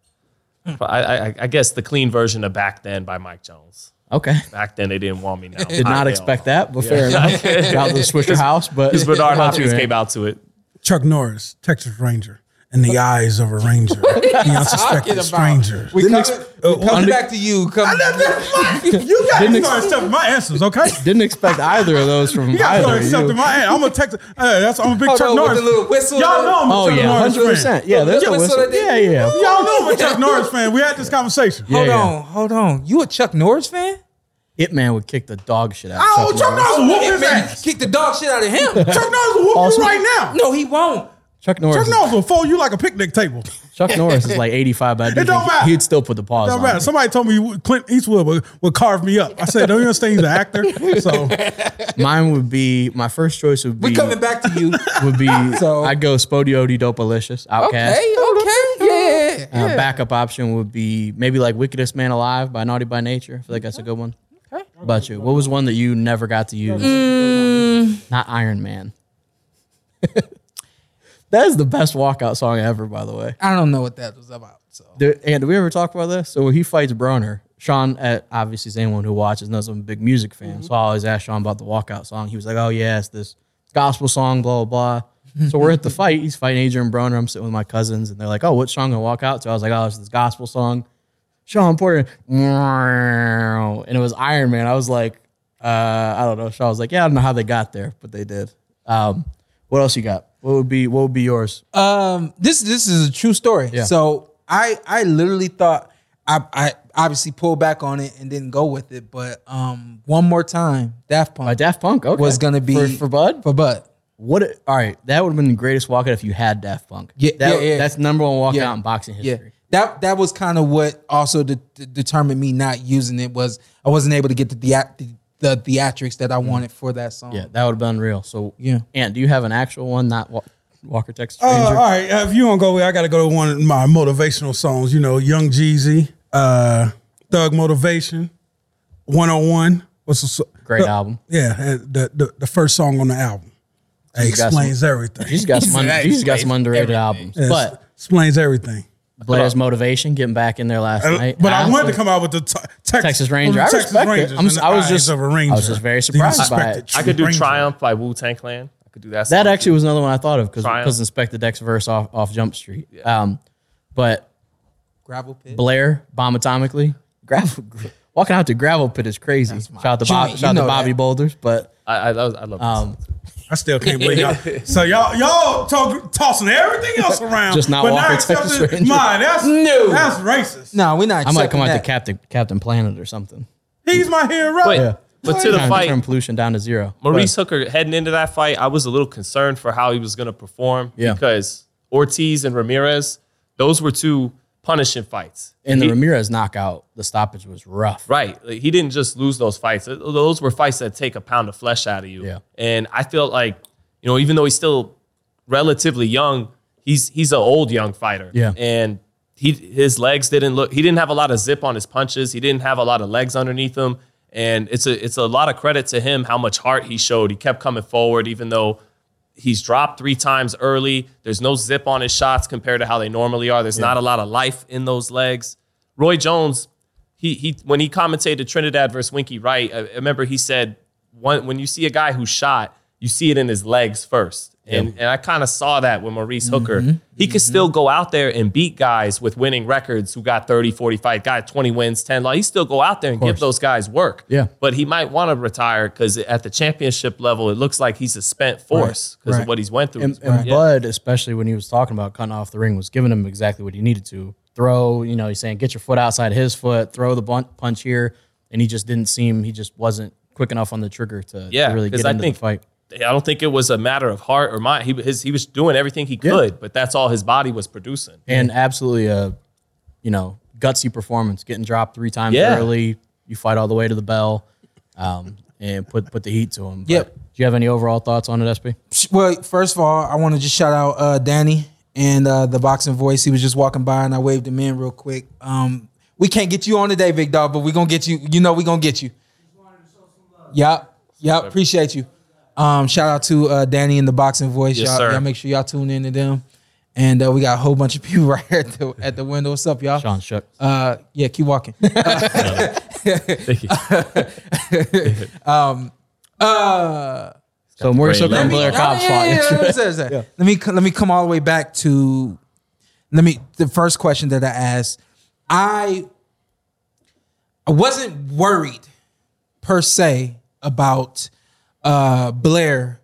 D: But I, I, I guess the clean version of Back Then by Mike Jones.
C: Okay.
D: Back then they didn't want me now.
C: Did not expect that, but fair enough. Got the Swisher House, but
D: Because Bernard Hopkins
C: man.
D: came out to it.
B: Chuck Norris, Texas Ranger, in the eyes of a ranger, the unsuspected stranger.
E: We come, we
B: uh,
E: come
B: under-
E: back to you. Come,
B: You got
C: Didn't
B: to
C: ex-
B: start accepting my answers, okay?
C: Didn't expect either of those from
B: You got to
C: either.
B: start
C: of you.
B: accepting my answers. I'm a Texas. Hey, that's I'm a big
E: Hold
B: Chuck
E: on, Oh, with
B: Norris.
E: the little whistle.
B: Y'all know I'm a
C: Oh
B: Chuck
C: yeah,
B: Norris
C: hundred
B: fan.
C: percent. Yeah, there's
E: Just
C: a
E: whistle
C: whistle.
E: at the
C: Yeah,
E: end.
C: yeah.
B: Y'all know I'm a Chuck Norris fan. We had this conversation.
E: hold
C: yeah.
E: on, hold on. You a Chuck Norris fan?
C: It man would kick the dog shit out. of
B: Oh, Chuck Norris will whoop his
E: Man,
B: ass.
E: kick the dog shit out of him.
B: Chuck Norris will whoop
C: Also-
B: you right now.
E: no, he won't.
C: Chuck Norris.
B: Chuck
C: is-
B: Norris will fold you like a picnic table.
C: Chuck Norris is like 85, but I do
B: It don't
C: think
B: matter.
C: he'd still put the paws
B: Don't
C: on.
B: matter. Somebody told me Clint Eastwood would, would carve me up. I said, don't you understand he's an actor? So
C: Mine would be my first choice would be
E: We coming back to you.
C: would be
E: So-
C: I'd go Spodio Di Dopalicious, Outcast.
E: okay, okay, yeah.
C: Uh, Backup option would be maybe like Wickedest Man Alive by Naughty by Nature. I feel like that's a good one. Okay. About you, what was one that you never got to use?
E: Mm.
C: Not Iron Man. that is the best walkout song ever, by the way.
E: I don't know what that was about. So
C: There, and did we ever talk about this? So when he fights Broner, Sean uh, obviously is anyone who watches knows I'm a big music fan. So I always ask Sean about the walkout song. He was like, "Oh yeah, it's this gospel song, blah blah blah." so we're at the fight. He's fighting Adrian Broner. I'm sitting with my cousins, and they're like, "Oh, what song gonna walk out to?" I was like, "Oh, it's this gospel song." Sean Porter, and it was Iron Man. I was like, uh, I don't know. Sean was like, "Yeah, I don't know how they got there, but they did." Um, what else you got? What would be what would be yours?
E: um, this this is a true story. So I I literally thought I I obviously pulled back on it and didn't go with it, but um, one more time, Daft Punk
C: By Uh, Daft Punk okay.
E: was gonna be
C: for, for Bud.
E: for Bud.
C: What? a- All right, that would have been the greatest walkout if you had Daft Punk.
E: Yeah,
C: That-
E: yeah, yeah.
C: That's number one walkout
E: Yeah.
C: in boxing history.
E: That that was kind of what also de- de- determined me not using it was I wasn't able to get the the, the theatrics that I wanted for that song.
C: Mm. Yeah, that would have been real. So
E: Yeah.
C: and do you have an actual one? Not wa- Walker Texas
B: Uh,
C: Ranger.
B: all right, uh, if you don't go away, I got to go to one of my motivational songs. You know, Young Jeezy, uh, Thug Motivation, 101. What's the, so-
C: Great
B: the-
C: album.
B: Yeah, uh, the, the the first song on the album. It
C: got
B: explains everything.
C: He's got some.
E: Nice.
C: un- he's got some underrated albums.
B: Yes,
C: But
B: explains everything.
C: Blair's motivation, getting back in there last
B: Uh,
C: night.
B: But I wanted
C: Honestly,
B: to come out with the te- Texas,
C: Texas Ranger. I
B: Texas
C: respect it.
B: Rangers.
C: I'm s-
B: in the
C: I was
B: eyes
C: just-
B: of a
C: I was
B: Ranger.
C: just very
B: The
C: surprised by
B: unexpected
C: it.
D: I could do
B: Ranger.
D: Triumph by Wu Tang Clan. I could do that.
C: That
D: song.
C: actually was another one I thought of because
D: Triumph.
C: because Inspector Deck's verse off off Jump Street. Um, but
E: gravel pit.
C: Blair bomb atomically gravel walking out to gravel pit is crazy. Shout out to, Bob,
E: joint.
C: shout out
E: You
C: to
E: know
C: Bobby
E: that.
C: Boulders, but
D: I I, that was, I love. that song.
C: um,
B: I still can't believe y'all. So y'all y'all talk, tossing everything else around,
C: Just not
B: but
C: Walker,
B: not
C: Texas
B: accepting
C: Ranger.
B: Mine. That's
E: No.
B: That's racist.
E: No, we're not.
C: I might come out
E: accepting
C: to
E: that.
C: Captain Captain Planet or something.
B: He's my hero.
D: but but to the
C: Kinda
D: fight,
C: turn pollution down to zero.
D: Maurice Hooker heading into that fight, I was a little concerned for how he was going to perform
C: Yeah.
D: because Ortiz and Ramirez, those were two punishing fights.
C: But in the
D: He-
C: Ramirez knockout, the stoppage was rough.
D: Right. Like, he didn't just lose those fights. Th- Those were fights that take a pound of flesh out of you.
C: Yeah.
D: And I feel like, you know, even though he's still relatively young, he's he's an old young fighter.
C: Yeah.
D: And he his legs didn't look he didn't have a lot of zip on his punches. He didn't have a lot of legs underneath him. And it's a it's a lot of credit to him how much heart he showed. He kept coming forward, even though he's dropped three times early. There's no zip on his shots compared to how they normally are. There's not a lot of life in those legs. Roy Jones, he he when he commentated Trinidad versus Winky Wright, I, I remember he said one, when you see a guy who shot, you see it in his legs first. And and I kind of saw that with Maurice
E: Mm-hmm.
D: Hooker. He could still go out there and beat guys with winning records who got 30, 40 fight, got 20 wins, 10 loss. He still go out there and give those guys work.
C: Yeah.
D: But he might want to retire because at the championship level, it looks like he's a spent force because
E: Right.
D: of what he's went through.
C: And, and Bud, especially when he was talking about cutting off the ring, was giving him exactly what he needed to throw. You know, he's saying get your foot outside his foot, throw the bun- punch here, and he just didn't seem. He just wasn't quick enough on the trigger to, to
D: Yeah,
C: really get
D: 'cause
C: into
D: I think-
C: the fight.
D: I don't think it was a matter of heart or mind. He his, he was doing everything he could, but that's all his body was producing.
C: And absolutely a, you know, gutsy performance, getting dropped three times
D: Yeah.
C: early. You fight all the way to the bell, um, and put put the heat to him. But
E: Yep.
C: Do you have any overall thoughts on it, SP?
E: Sh- Well, first of all, I want to just shout out uh, Danny and uh, the boxing voice. He was just walking by, and I waved him in real quick. Um, we can't get you on today, big dog, but we're gonna get you. You know, we're gonna get you. Yep, yep. Appreciate you. Um, shout out to uh, Danny and the boxing voice.
D: Yes,
E: y'all,
D: sir.
E: y'all make sure y'all tune in to them. And uh, we got a whole bunch of people right here at the, at the window. What's up, y'all?
C: Sean Shook.
E: Uh, yeah, keep walking.
C: so Maurice
D: brain
C: Hooker and
D: left.
C: Blair Cobb
E: Oh, Yeah, yeah, yeah, yeah, yeah,
C: fought.
E: yeah, yeah. Let me let me come all the way back to let me the first question that I asked. I I wasn't worried per se about uh, Blair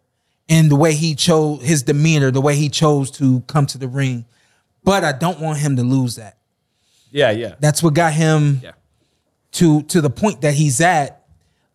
E: and the way he chose his demeanor, the way he chose to come to the ring, but I don't want him to lose that.
D: Yeah, yeah.
E: That's what got him
D: Yeah.
E: to to the point that he's at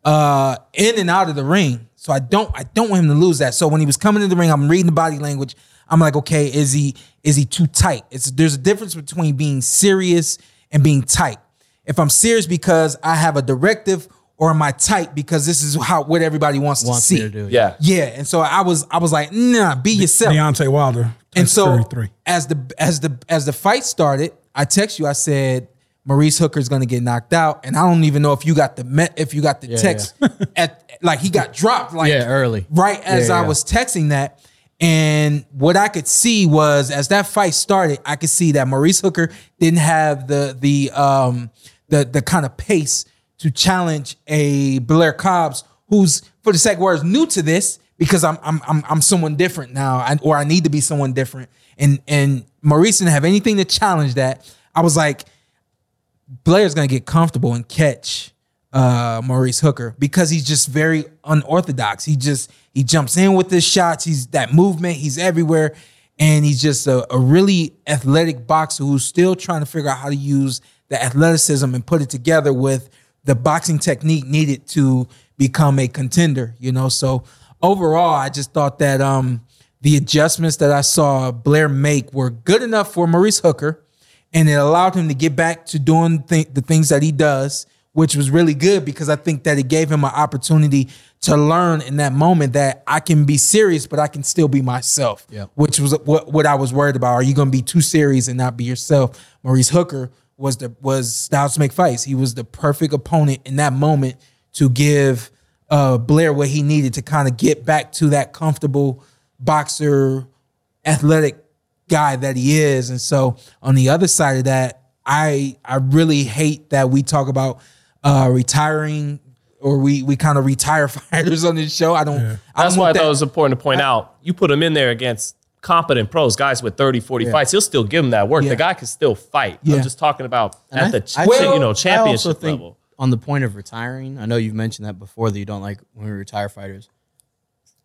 E: uh in and out of the ring. So I don't I don't want him to lose that. So when he was coming in the ring, I'm reading the body language. I'm like, okay, is he is he too tight? It's there's a difference between being serious and being tight. If I'm serious because I have a directive, or am I tight because this is how what everybody wants,
C: Wants
E: to
C: me
E: see?
C: to do it.
D: yeah.
E: Yeah, and so I was I was like, nah, be yourself.
B: Deontay Wilder.
E: And so
B: 33.
E: as the as the as the fight started, I text you. I said Maurice Hooker's going to get knocked out, and I don't even know if you got the me- if you got the text at like he got dropped like
C: Yeah, early.
E: right as
C: Yeah,
E: I
C: yeah.
E: was texting that. And what I could see was as that fight started, I could see that Maurice Hooker didn't have the the um the the kind of pace to challenge a Blair Cobbs who's for the sake of words new to this because I'm I'm I'm, I'm someone different now I, or I need to be someone different and and Maurice didn't have anything to challenge that. I was like Blair's gonna get comfortable and catch uh, Maurice Hooker because he's just very unorthodox. He just he jumps in with his shots. He's that movement. He's everywhere, and he's just a, a really athletic boxer who's still trying to figure out how to use the athleticism and put it together with the boxing technique needed to become a contender. You know, so overall, I just thought that um, the adjustments that I saw Blair make were good enough for Maurice Hooker, and it allowed him to get back to doing th- the things that he does, which was really good because I think that it gave him an opportunity to learn in that moment that I can be serious, but I can still be myself,
C: Yeah.
E: which was what, what I was worried about. Are you going to be too serious and not be yourself? Maurice Hooker was the was Styles McFice. He was the perfect opponent in that moment to give uh, Blair what he needed to kind of get back to that comfortable boxer, athletic guy that he is. And so on the other side of that, I I really hate that we talk about uh, retiring or we we kind of retire fighters on this show. I don't. I
D: That's
E: don't
D: why I
E: want
D: thought
E: that-
D: it was important to point out. You put him in there against competent pros, guys with 30, 40 fights. He'll still give him that work.
E: Yeah.
D: The guy can still fight.
E: Yeah.
D: I'm just talking about at the ch-
E: think-
D: you know championship
C: I also think
D: level.
C: On the point of retiring, I know you've mentioned that before that you don't like when we retire fighters.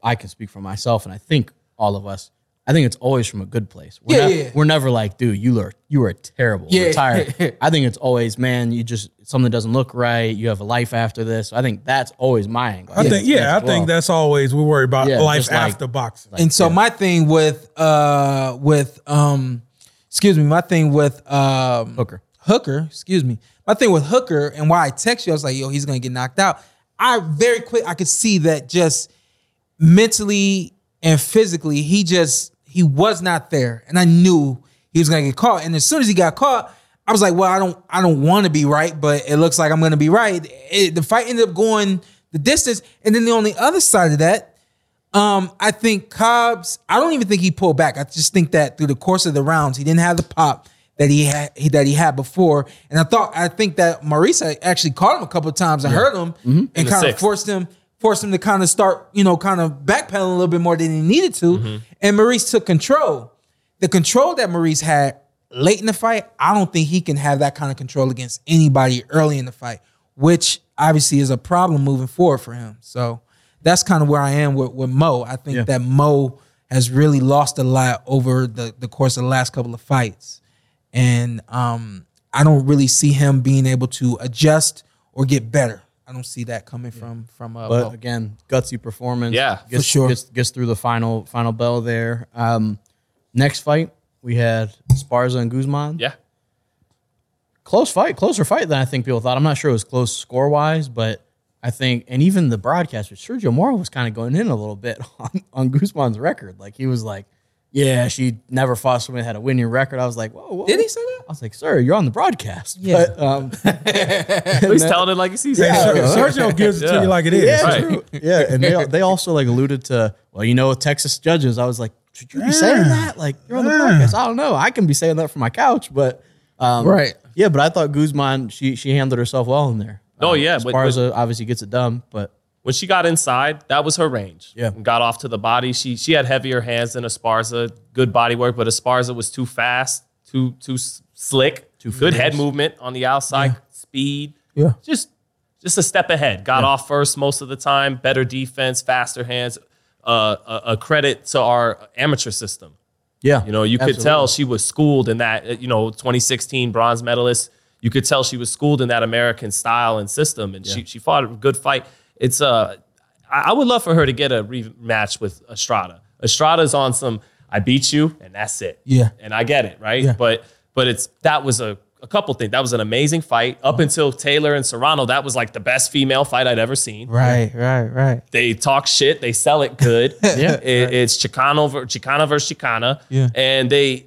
C: I can speak for myself, and I think all of us. I think it's always from a good place. We're,
E: Yeah,
C: nev-
E: yeah, yeah.
C: we're never like, dude, you are you are terrible.
E: Yeah.
C: Retire. I think it's always, man, you just something doesn't look right. You have a life after this. I think that's always my angle.
B: I think, yeah, I think that's always we worry about
C: Yeah,
B: life
C: just like-
B: after boxing.
E: and so my thing with uh with um excuse me my thing with um
C: Hooker.
E: hooker excuse me my thing with hooker and why i text you i was like yo he's gonna get knocked out i very quick i could see that just mentally and physically he just he was not there and i knew he was gonna get caught and as soon as he got caught i was like well i don't i don't want to be right but it looks like i'm gonna be right It- the fight ended up going the distance and then the only other side of that um, I think Cobb's. I don't even think he pulled back. I just think that through the course of the rounds, he didn't have the pop that he had that he had before. And I thought I think that Marisa actually caught him a couple of times and hurt him and kind of
D: sixth.
E: forced him forced him to kind of start you know kind of backpedaling a little bit more than he needed to. And Maurice took control. The control that Maurice had late in the fight, I don't think he can have that kind of control against anybody early in the fight, which obviously is a problem moving forward for him. So that's kind of where I am with, with Mo. I think that Mo has really lost a lot over the, the course of the last couple of fights. And um, I don't really see him being able to adjust or get better. I don't see that coming from from uh,
C: But
E: Mo.
C: again, gutsy performance.
D: Yeah, for
C: gets,
E: sure.
C: Gets, gets through the final final bell there. Um, next fight, we had Sparza and Guzman.
D: Yeah.
C: close fight, closer fight than I think people thought. I'm not sure it was close score wise, but I think, and even the broadcaster, Sergio Moro was kind of going in a little bit on, on Guzman's record. Like he was like, "Yeah, she never fought someone that had a winning record." I was like, "Whoa, whoa."
E: Did he say that?
C: I was like, "Sir, you're on the broadcast."
E: Yeah.
C: But, um,
D: He's telling it like he sees it.
B: Hey, Ser- Sergio gives it to
D: Yeah.
B: you like it is.
C: yeah,
D: Right.
C: true. yeah, and they, they also like alluded to, well, you know, with Texas judges, I was like, should you be
B: Yeah.
C: saying that? Like you're on the
B: Yeah.
C: broadcast. I don't know. I can be saying that from my couch, but um,
E: Right.
C: Yeah, but I thought Guzman she she handled herself well in there. Um,
D: No, Oh, yeah, but-
C: Sparza uh, obviously gets it done, but
D: when she got inside, that was her range.
C: Yeah.
D: Got off to the body. She she had heavier hands than Esparza. Good body work, but Esparza was too fast, too too s- slick, too good head movement on the outside, speed.
E: Yeah.
D: Just just a step ahead. Got off first most of the time. Better defense, faster hands. Uh, a, a credit to our amateur system.
C: yeah,
D: You know, you could
C: absolutely.
D: tell she was schooled in that, uh, you know, 2016 bronze medalist. You could tell she was schooled in that American style and system, and she she fought a good fight. It's uh, I, I would love for her to get a rematch with Estrada. Estrada's on some I beat you and that's it.
E: Yeah.
D: and I get it, right? But but it's that was a a couple things. That was an amazing fight up until Taylor and Serrano. That was like the best female fight I'd ever seen
E: right, right, right.
D: they talk shit, they sell it good. yeah, it, it's Chicano ver, Chicana versus Chicana.
E: Yeah.
D: and they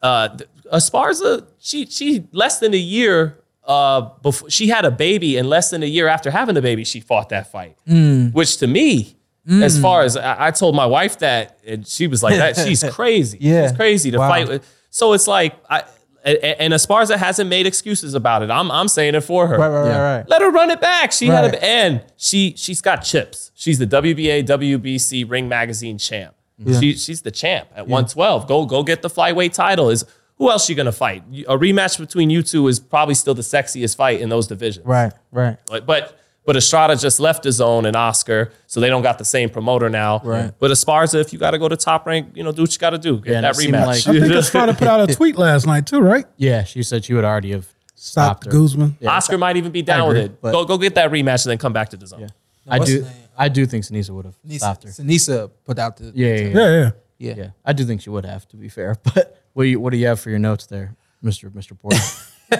D: uh, th- Esparza, she she less than a year uh before she had a baby, and less than a year after having a baby, she fought that fight.
E: Hmm.
D: Which to me, as far as I, I told my wife that, and she was like, "That she's crazy.
E: Yeah.
D: she's crazy to
E: Wow.
D: fight with." So it's like I. a- a- And Esparza hasn't made excuses about it. I'm, I'm saying it for her.
E: Right, right, right, right.
D: Let her run it back. She had
E: Right.
D: a and she she's got chips. She's the WBA WBC Ring Magazine champ. She, she's the champ at 112. Go go get the flyweight title. Is who else you gonna fight? A rematch between you two is probably still the sexiest fight in those divisions.
E: Right, right.
D: But but, but Estrada just left the zone and Oscar, so they don't got the same promoter now.
E: Right.
D: But Esparza, if you gotta go to top rank, you know, do what you gotta do. Get
C: Yeah, and
D: that
C: it seemed
D: rematch.
C: like-
B: I think Estrada put out a tweet last night too, right?
C: yeah, she said she would already have
B: Stop
C: stopped her.
B: Guzman.
D: Oscar might even be down
C: agree,
D: with it.
C: but-
D: Go go get that rematch and then come back to the zone.
C: I do. I do think Sinisa would have stopped her.
E: Sinisa put out the
C: Yeah, yeah, yeah,
B: Yeah, yeah.
E: yeah.
C: yeah. I do think she would have, to be fair. But what do you, what do you have for your notes there, Mister Mister Porter?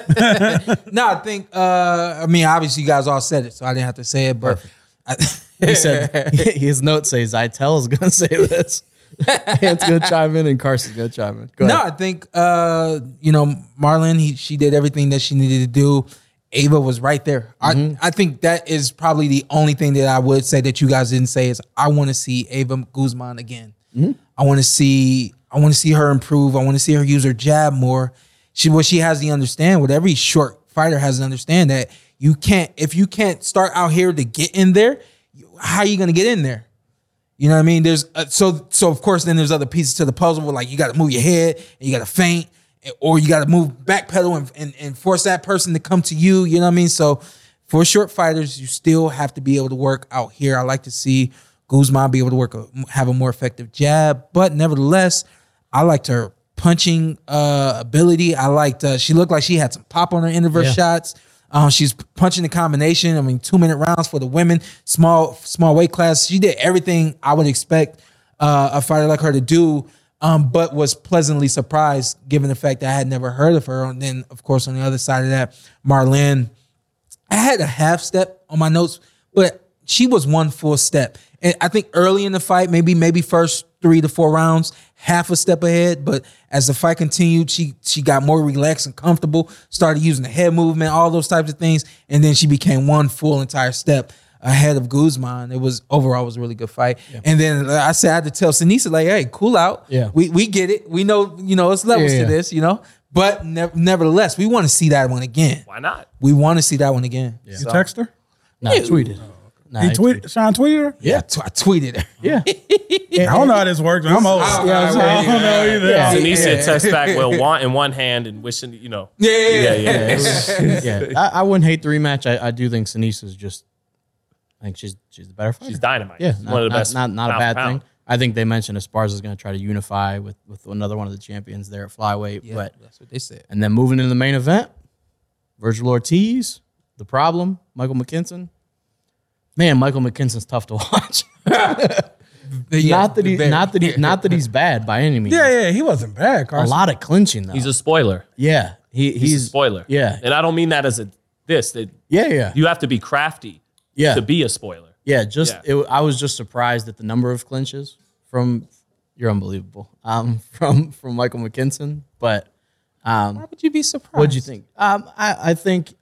E: No, I think uh I mean obviously you guys all said it, so I didn't have to say it, but I,
C: he said his note says Itel is going to say this. Ant's going to chime in and Carson's going to chime in. Go
E: no,
C: ahead.
E: I think uh, you know, Marlon, he she did everything that she needed to do. Ava was right there.
C: Mm-hmm.
E: I, I think that is probably the only thing that I would say that you guys didn't say is I want to see Ava Guzman again.
C: Mm-hmm.
E: I want to see I want to see her improve. I want to see her use her jab more. She what she has to understand, what every short fighter has to understand that you can't if you can't start out here to get in there, you- how are you gonna get in there? You know what I mean? There's uh, so so of course then there's other pieces to the puzzle where like you got to move your head and you got to faint and- or you got to move backpedal and, and and force that person to come to you. You know what I mean? So for short fighters, you still have to be able to work out here. I like to see Guzman be able to work a, have a more effective jab, but nevertheless, I liked her punching uh, ability. I liked uh, she looked like she had some pop on her end of her shots. Um, she's punching the combination. I mean, two minute rounds for the women, small small weight class. She did everything I would expect uh, a fighter like her to do. Um, but was pleasantly surprised given the fact that I had never heard of her. And then, of course, on the other side of that, Marlene I had a half step on my notes, but she was one full step. And I think early in the fight, maybe maybe first three to four rounds, half a step ahead. But as the fight continued, she she got more relaxed and comfortable, started using the head movement, all those types of things, and then she became one full entire step ahead of Guzman. It was overall it was a really good fight. And then like I said I had to tell Sinisa like, hey, cool out.
C: Yeah.
E: we we get it. We know you know it's levels
C: Yeah, yeah.
E: to this, you know. But ne- nevertheless, we want to see that one again.
D: Why not?
E: We want to see that one again.
B: You text her?
C: No, I tweeted. Nah,
B: He
C: I
B: tweeted, Sean tweeted her?
E: Yeah, t- I tweeted it.
C: Yeah.
B: I don't know how this works. I'm old. I don't know either.
D: Tanisha text back, well, want in one hand and wishing, you know.
E: Yeah, yeah, yeah.
D: yeah.
C: yeah. I, I wouldn't hate the rematch. I, I do think Sinisa's just, I think she's she's the better fighter.
D: She's dynamite.
C: yeah,
D: She's
C: not,
D: one of the
C: not-
D: best.
C: Not, not, a
D: pound
C: bad
D: for pound.
C: thing. I think they mentioned Esparza's going to try to unify with, with another one of the champions there at flyweight. But
E: that's what they said.
C: And then moving into the main event, Virgil Ortiz, the problem, Michael McKinson. Man, Michael McKinson's tough to watch. not that he, not that he, not that he's bad by any means.
B: Yeah, yeah, he wasn't bad,
C: A
B: Carson.
C: lot of clinching though.
D: He's a spoiler.
C: yeah, he, he's,
D: He's, a spoiler.
C: yeah.
D: And I don't mean that as a this. That
C: Yeah, yeah,
D: you have to be crafty
C: yeah,
D: to be a spoiler.
C: yeah. Just
D: yeah.
C: It, w- I was just surprised at the number of clinches from. You're unbelievable. Um, from from Michael McKinson, but um,
E: Why would you be surprised?
C: what'd you think? Um, I, I think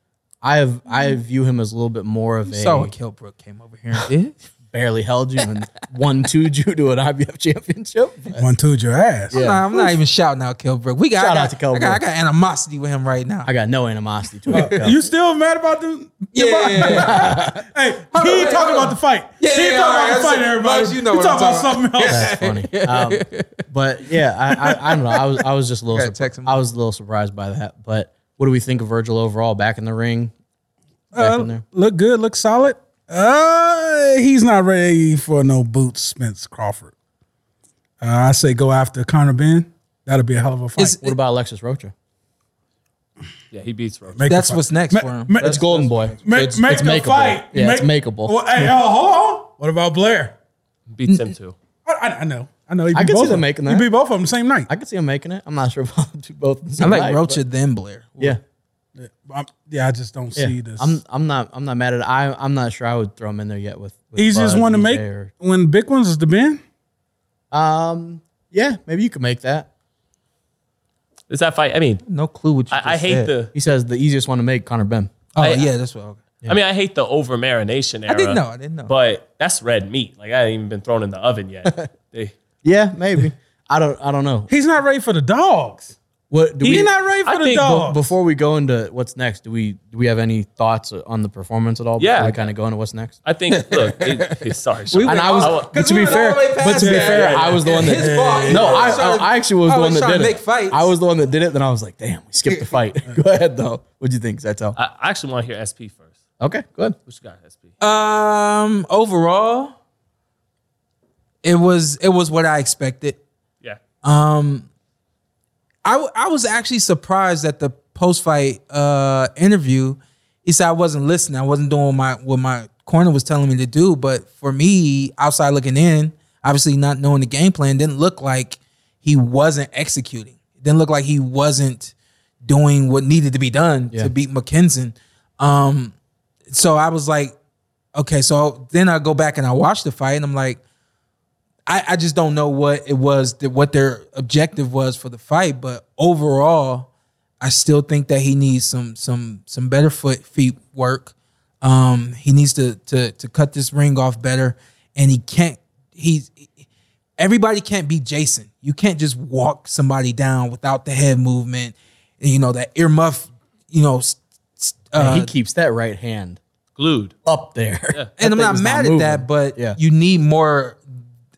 C: I have I view him as a little bit more of a
E: So when Kilbrook came over here and did.
C: barely held you and won two you to an IBF championship.
B: One two your ass.
E: I'm, not, I'm not even shouting out Kilbrook. We got,
C: Shout
E: I got
C: out to Kilbrook.
E: I got, I got animosity with him right now.
C: I got no animosity to
E: Oh,
C: it.
B: You still mad about the?
E: yeah, yeah, yeah, yeah.
B: Hey, he ain't talking about the fight.
E: Yeah,
B: he ain't
E: yeah,
B: talking
E: all right, that's
B: about the fight,
E: it.
B: everybody.
E: Bugs, you know
B: He
E: what I'm
B: talking
E: talking
B: about something else.
C: That's funny. Um, but yeah, I, I, I don't know. I was I was just a little
E: Gotta text
C: surpri-
E: him.
C: I was a little surprised by that. But what do we think of Virgil overall back in the ring? Back
E: Um,
C: in
B: Uh,
C: there.
B: look good. Look solid. Uh, he's not ready for no boots, Spence Crawford. Uh, I say go after Conor Ben. That'll be a hell of a fight.
E: It's-
C: What about Alexis Rocha?
D: Yeah, he beats Roach.
B: Make
E: that's
B: the fight.
E: what's next
B: Ma-
E: for him.
B: ma-
C: That's Golden Boy.
B: ma-
C: it's,
B: make
C: it's
B: the
C: makeable.
B: fight.
C: Yeah, it's
B: Make-
C: makeable.
B: Well, hey, oh, hold on. What about Blair?
D: Beats him too.
B: I, I, I know. I know. He
C: I can
B: beat
C: see
B: both of
C: them making that.
B: He beat both of them the same night.
C: I could see him making it. I'm not sure about do both.
E: I like Rocha then Blair.
C: Yeah.
B: I'm- Um, yeah, I just don't
C: Yeah.
B: see this.
C: I'm I'm not I'm not mad at it. I I'm not sure I would throw him in there yet with, with
B: Easiest
C: Bud,
B: one to
C: Uze,
B: make
C: or-
B: when big ones is the Ben.
C: um yeah maybe you could make that.
D: Is that fight? I mean,
E: No clue what you
D: I, I hate the.
C: He says the easiest one to make Connor Ben.
E: Oh
D: I-
E: yeah, that's what. Okay.
D: I mean, I hate the over marination era.
E: I didn't know. I didn't know.
D: But that's red meat. Like I haven't even been thrown in the oven yet. They-
C: Yeah, maybe. I don't. I don't know.
B: He's not ready for the dogs.
C: What do
B: He's
C: we?
B: not ready for
D: I
B: the
D: think
B: dogs.
C: before we go into what's next, do we do we have any thoughts on the performance at all?
D: Yeah.
C: before we kind of go into what's next.
D: I think. Look, it, sorry. Sean.
C: And I was, but to be fair, but to be fair, I was the one that.
E: His fault.
C: No, I,
E: was trying to-
C: I actually was
E: I
C: the one that
E: trying
C: did
E: to
C: it.
E: make fights.
C: I was the one that did it. Then I was like, "Damn, we skipped the fight." go ahead though. What'd you think, Zeto?
D: I I actually want to hear SP first.
C: Okay, go ahead.
D: What you got, SP?
E: Um, overall, it was it was what I expected.
D: Yeah.
C: Uh,
E: I w- I was actually surprised at the post fight uh interview. He said I wasn't listening. I wasn't doing my what my Corner was telling me to do. But for me, outside looking in, obviously not knowing the game plan, didn't look like he wasn't executing. It didn't look like he wasn't doing what needed to be done
C: Yeah.
E: to beat McKenzie. Um, so I was like, okay. So then I go back and I watch the fight, and I'm like, I, I just don't know what it was that what their objective was for the fight, but overall, I still think that he needs some some some better foot feet work. Um, he needs to to to cut this ring off better, and he can't. He's everybody can't be Jason. You can't just walk somebody down without the head movement. And, you know that earmuff. You know, s- s-
C: And
E: uh,
C: he keeps that right hand
D: Glued.
C: up there.
E: and I'm
C: thing
E: not
C: was not
E: mad at
C: moving.
E: that, but
C: Yeah.
E: you need more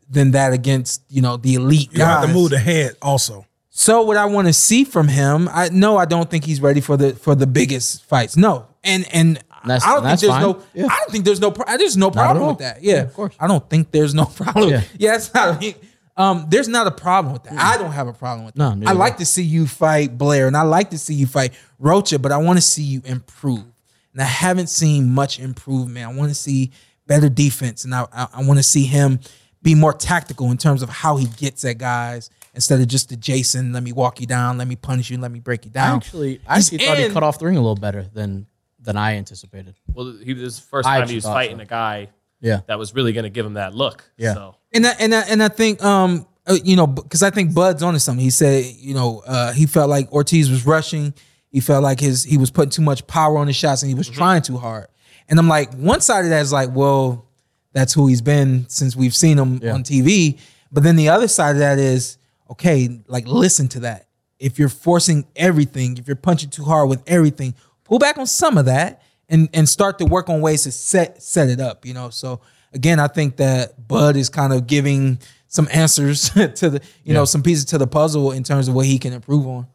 E: than that against you know the elite
B: You have to
E: guys.
B: move the head also.
E: So what I want to see from him, I no, I don't think he's ready for the for the biggest fights. No, and and
C: That's-
E: I don't think
C: that's
E: there's
C: fine.
E: no,
C: Yeah.
E: I don't think there's no, pro- there's no
C: at
E: problem
C: all.
E: with that. Yeah,
C: of course.
E: I don't think there's no problem.
C: Yeah.
E: Yeah, that's not. I mean, um, there's not a problem with that. I don't have a problem with that.
C: No, neither
E: I
C: do
E: like to see you fight Blair, and I like to see you fight Rocha, but I want to see you improve. And I haven't seen much improvement. I want to see better defense, and I I, I want to see him be more tactical in terms of how he gets at guys instead of just the Jason. Let me walk you down. Let me punish you. Let me break you down.
C: Actually, I actually thought he
E: in.
C: cut off the ring a little better than than I anticipated.
D: Well, he was the first
C: I
D: time
C: actually
D: he was
C: thought
D: fighting
C: so.
D: a guy
C: Yeah.
D: that was really going to give him that look.
C: Yeah.
D: So
E: And I, and I, and I think um uh, you know because I think Bud's onto something. He said you know uh, he felt like Ortiz was rushing. He felt like his he was putting too much power on his shots and he was trying too hard. And I'm like one side of that is like well that's who he's been since we've seen him on TV. But then the other side of that is okay like listen to that. If you're forcing everything, if you're punching too hard with everything, pull back on some of that and and start to work on ways to set set it up. You know, so again, I think that Bud is kind of giving some answers to the you know some pieces to the puzzle in terms of what he can improve on.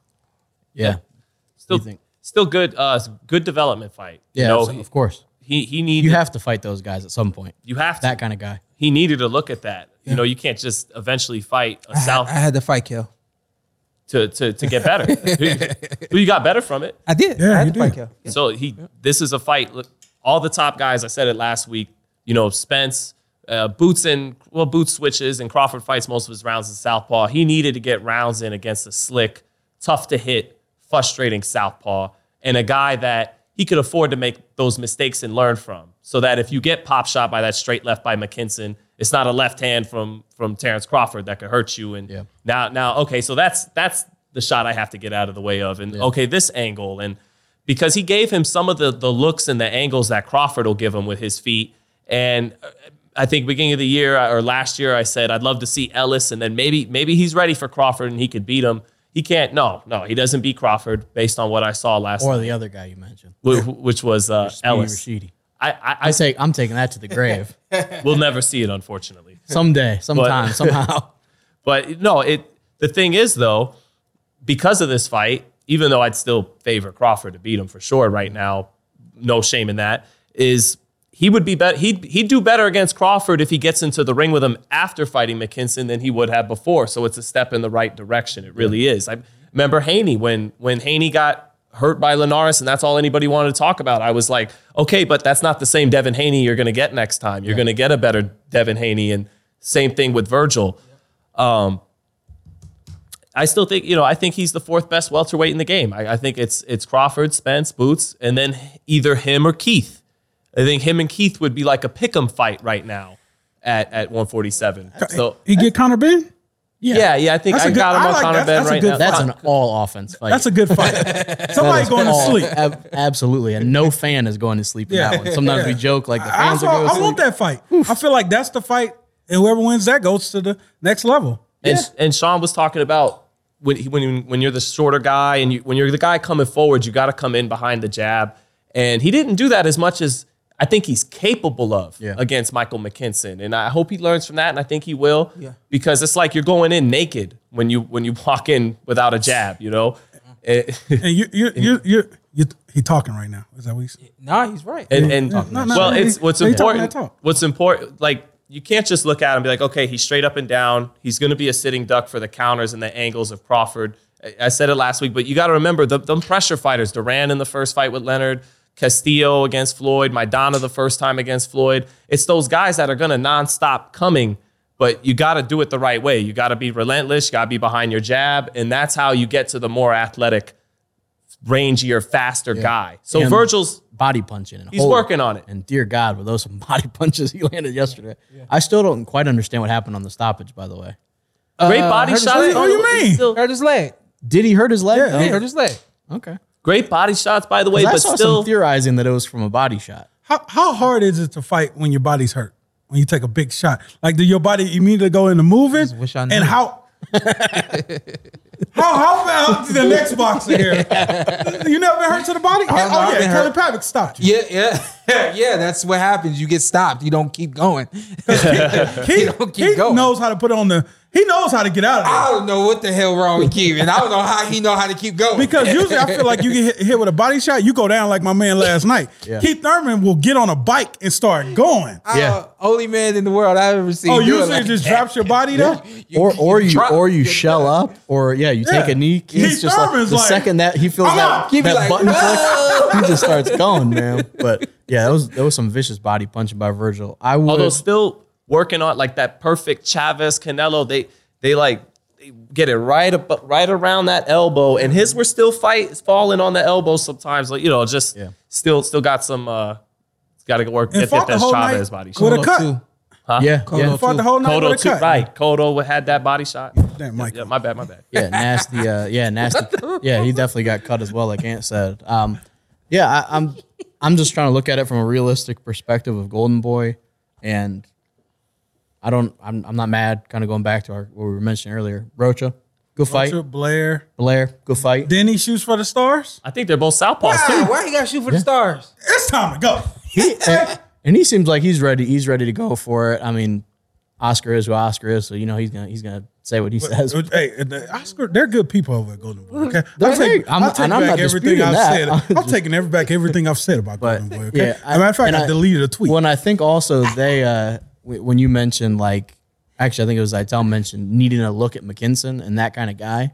C: Yeah.
D: still,
C: You think-
D: still good. Uh, good development fight.
C: Yeah.
D: You know,
C: so- of course.
D: he he needed.
C: You have to fight those guys at some point.
D: You have to.
C: That kind of guy.
D: he needed to look at that. You know, you can't just eventually fight a South
E: I had to fight Kel.
D: to, to, to get better. who, who you got better from it?
E: I did.
B: Yeah,
E: I had
B: you
E: to fight
B: did.
E: Kel.
D: So he, this is a fight. Look, All the top guys, I said it last week. You know, Spence, uh, Boots, and well, Boots switches, and Crawford fights most of his rounds in southpaw. He needed to get rounds in against a slick, tough to hit, frustrating southpaw, and a guy that he could afford to make those mistakes and learn from. So that if you get pop shot by that straight left by McKinson, it's not a left hand from from Terrence Crawford that could hurt you. And
C: Yeah.
D: now, now, okay, so that's that's the shot I have to get out of the way of, and okay, this angle, and because he gave him some of the the looks and the angles that Crawford will give him with his feet. And uh, I think beginning of the year uh, or last year, I said I'd love to see Ellis, and then maybe maybe he's ready for Crawford and he could beat him. He can't. No, no, he doesn't beat Crawford based on what I saw last,
C: Or the other guy you mentioned.
D: wh- wh- which was uh,
C: Speedy
D: Ellis.
C: Rashidi.
D: I, I,
C: I say I'm taking that to the grave.
D: I will never see it, unfortunately.
C: Someday, sometime, somehow.
D: But no, it the thing is though, because of this fight, even though I'd still favor Crawford to beat him for sure right now, no shame in that, is he would be better he'd he'd do better against Crawford if he gets into the ring with him after fighting McKinson than he would have before. So it's a step in the right direction. It really is. I remember Haney when when Haney got hurt by Linares and that's all anybody wanted to talk about. I was like, okay, but that's not the same Devin Haney you're gonna get next time. You're gonna get a better Devin Haney and same thing with Virgil. Um, I still think you know I think he's the fourth best welterweight in the game. I, I think it's it's Crawford, Spence, Boots, and then either him or Keith. I think him and Keith would be like a pick'em fight right now at at 147. So
B: He get Conor Ben?
D: yeah, yeah, I think
B: That's a
D: I
B: good-
D: got him
B: I
D: on
B: like
D: Conor
B: that.
D: Ben
B: That's a
D: right
B: good
D: now.
B: fight.
C: That's an all offense fight.
B: That's a good fight. Somebody going to
C: All-
B: sleep.
C: ab- absolutely. And no fan is going to sleep in
B: Yeah.
C: that one. Sometimes we
B: Yeah.
C: joke like the
B: I,
C: fans are
B: I-
C: going
B: I
C: to sleep.
B: want that fight. I feel like that's the fight, and whoever wins that goes to the next level.
D: And, and Sean was talking about when he- when when you're the shorter guy and you, when you're the guy coming forward, you got to come in behind the jab, and he didn't do that as much as I think he's capable of
C: Yeah.
D: against Michael McKinson, and I hope he learns from that, and I think he will, because it's like you're going in naked when you when you walk in without a jab, you know. It-
B: And you, you, you, you, you, he talking right now. Is that what he's?
E: Nah, he's right.
D: and, and
B: no, no,
D: well,
B: no,
D: it's
B: he-
D: what's
B: no, he talking
D: important.
B: that talk.
D: What's important, like you can't just look at him and be like, okay, he's straight up and down. He's going to be a sitting duck for the counters and the angles of Crawford. I- I said it last week, but you got to remember the them pressure fighters. Duran in the first fight with Leonard, Castillo against Floyd, Maidana the first time against Floyd. It's those guys that are going to nonstop coming, but you got to do it the right way. You got to be relentless. You got to be behind your jab, and that's how you get to the more athletic, rangier, faster guy. So
C: And
D: Virgil's
C: body punching. And
D: He's
C: holding.
D: working on it.
C: And dear God, were those some body punches he landed yesterday? I still don't quite understand what happened on the stoppage. By the way,
D: great body
E: Hurts-
D: shots.
E: What do you
D: by the way,
B: Oh, mean?
D: still-
E: Hurt his leg.
C: did he hurt his leg? though?
E: Yeah, hurt his leg.
C: Okay.
D: Great body shots, by the way,
C: I
D: but
C: saw
D: still
C: some theorizing that it was from a body shot.
B: How, how hard is it to fight when your body's hurt? When you take a big shot, like do your body immediately go into moving?
E: wish I knew.
B: And how? how how about the next boxer here? You never been hurt to the body?
E: I don't know,
B: oh
E: I've
B: yeah,
E: been
B: Kelly
E: hurt.
B: Pavick stopped you.
E: Yeah, yeah, yeah. That's what happens. You get stopped. You don't keep going.
B: he
E: don't keep
B: he
E: going.
B: knows how to put on the. He knows how to get out of there.
E: I don't know what the hell wrong with Keith, and I don't know how he know how to keep going.
B: Because usually I feel like you get hit, hit with a body shot, you go down like my man last night. Keith Thurman will get on a bike and start going.
E: I'm
C: Yeah.
E: the Uh, only man in the world I've ever seen.
B: oh,
E: do it
B: usually
E: like
B: it just
E: that.
B: drops your body though.
C: or or you
E: drop-
C: or you
E: you
C: shell up, or yeah, you
B: Yeah.
C: take a knee.
B: Keith
C: He's just like,
B: Thurman's
C: the
B: like,
C: second that he feels
B: "I'm
C: that,
B: out."
E: He be
C: that
E: like,
C: button
E: "No!"
C: click, he just starts going, man. But yeah, that was that was some vicious body punching by Virgil. I would
D: although still working on like that perfect Chavez Canelo. They they like they get it right up right around that elbow, and his were still fight falling on the elbow sometimes. Like you know, just
C: Yeah.
D: still still got some. uh Got to work.
B: And
D: Get,
B: fought
D: get
B: the
D: that
B: whole
D: Chavez
B: night
D: body shot.
B: with a
E: Look,
B: cut.
E: too.
C: yeah, yeah,
B: Fought the whole night
D: Kodo
B: with a
D: too,
B: cut.
D: right? Kodo had that body shot.
B: Damn,
D: Yeah,
B: Michael.
D: yeah, my bad, my bad.
C: yeah, nasty. Uh, yeah, nasty. Yeah, he definitely got cut as well, like Ant said. Um, yeah, I, I'm I'm just trying to look at it from a realistic perspective of Golden Boy, and I don't. I'm I'm not mad. Kind of going back to our what we were mentioning earlier. Rocha, good fight.
B: Richard Blair.
C: Blair, good fight.
B: Then he shoots for the stars.
D: I think they're both southpaws
E: Ah,
D: too.
E: why he got to shoot for the stars?
B: It's time to go.
C: and, and he seems like he's ready. He's ready to go for it. I mean, Oscar is who Oscar is, so you know he's gonna he's gonna say what he says.
B: hey, and the Oscar, they're good people over at Golden Boy. Okay,
C: They're
B: I'll take,
C: great. I'm-
B: I'll take
C: and I'm
B: back
C: not
B: everything
C: disputing
B: I've
C: that.
B: said.
C: I'm
B: I'm, taking every, back everything I've said about
C: But,
B: Golden Boy. Okay,
C: yeah,
B: As a matter of fact,
C: and
B: I,
C: I-
B: deleted a tweet.
C: Well, and I think also they uh, w- when you mentioned like actually I think it was Itel mentioned needing a look at McKinson and that kind of guy.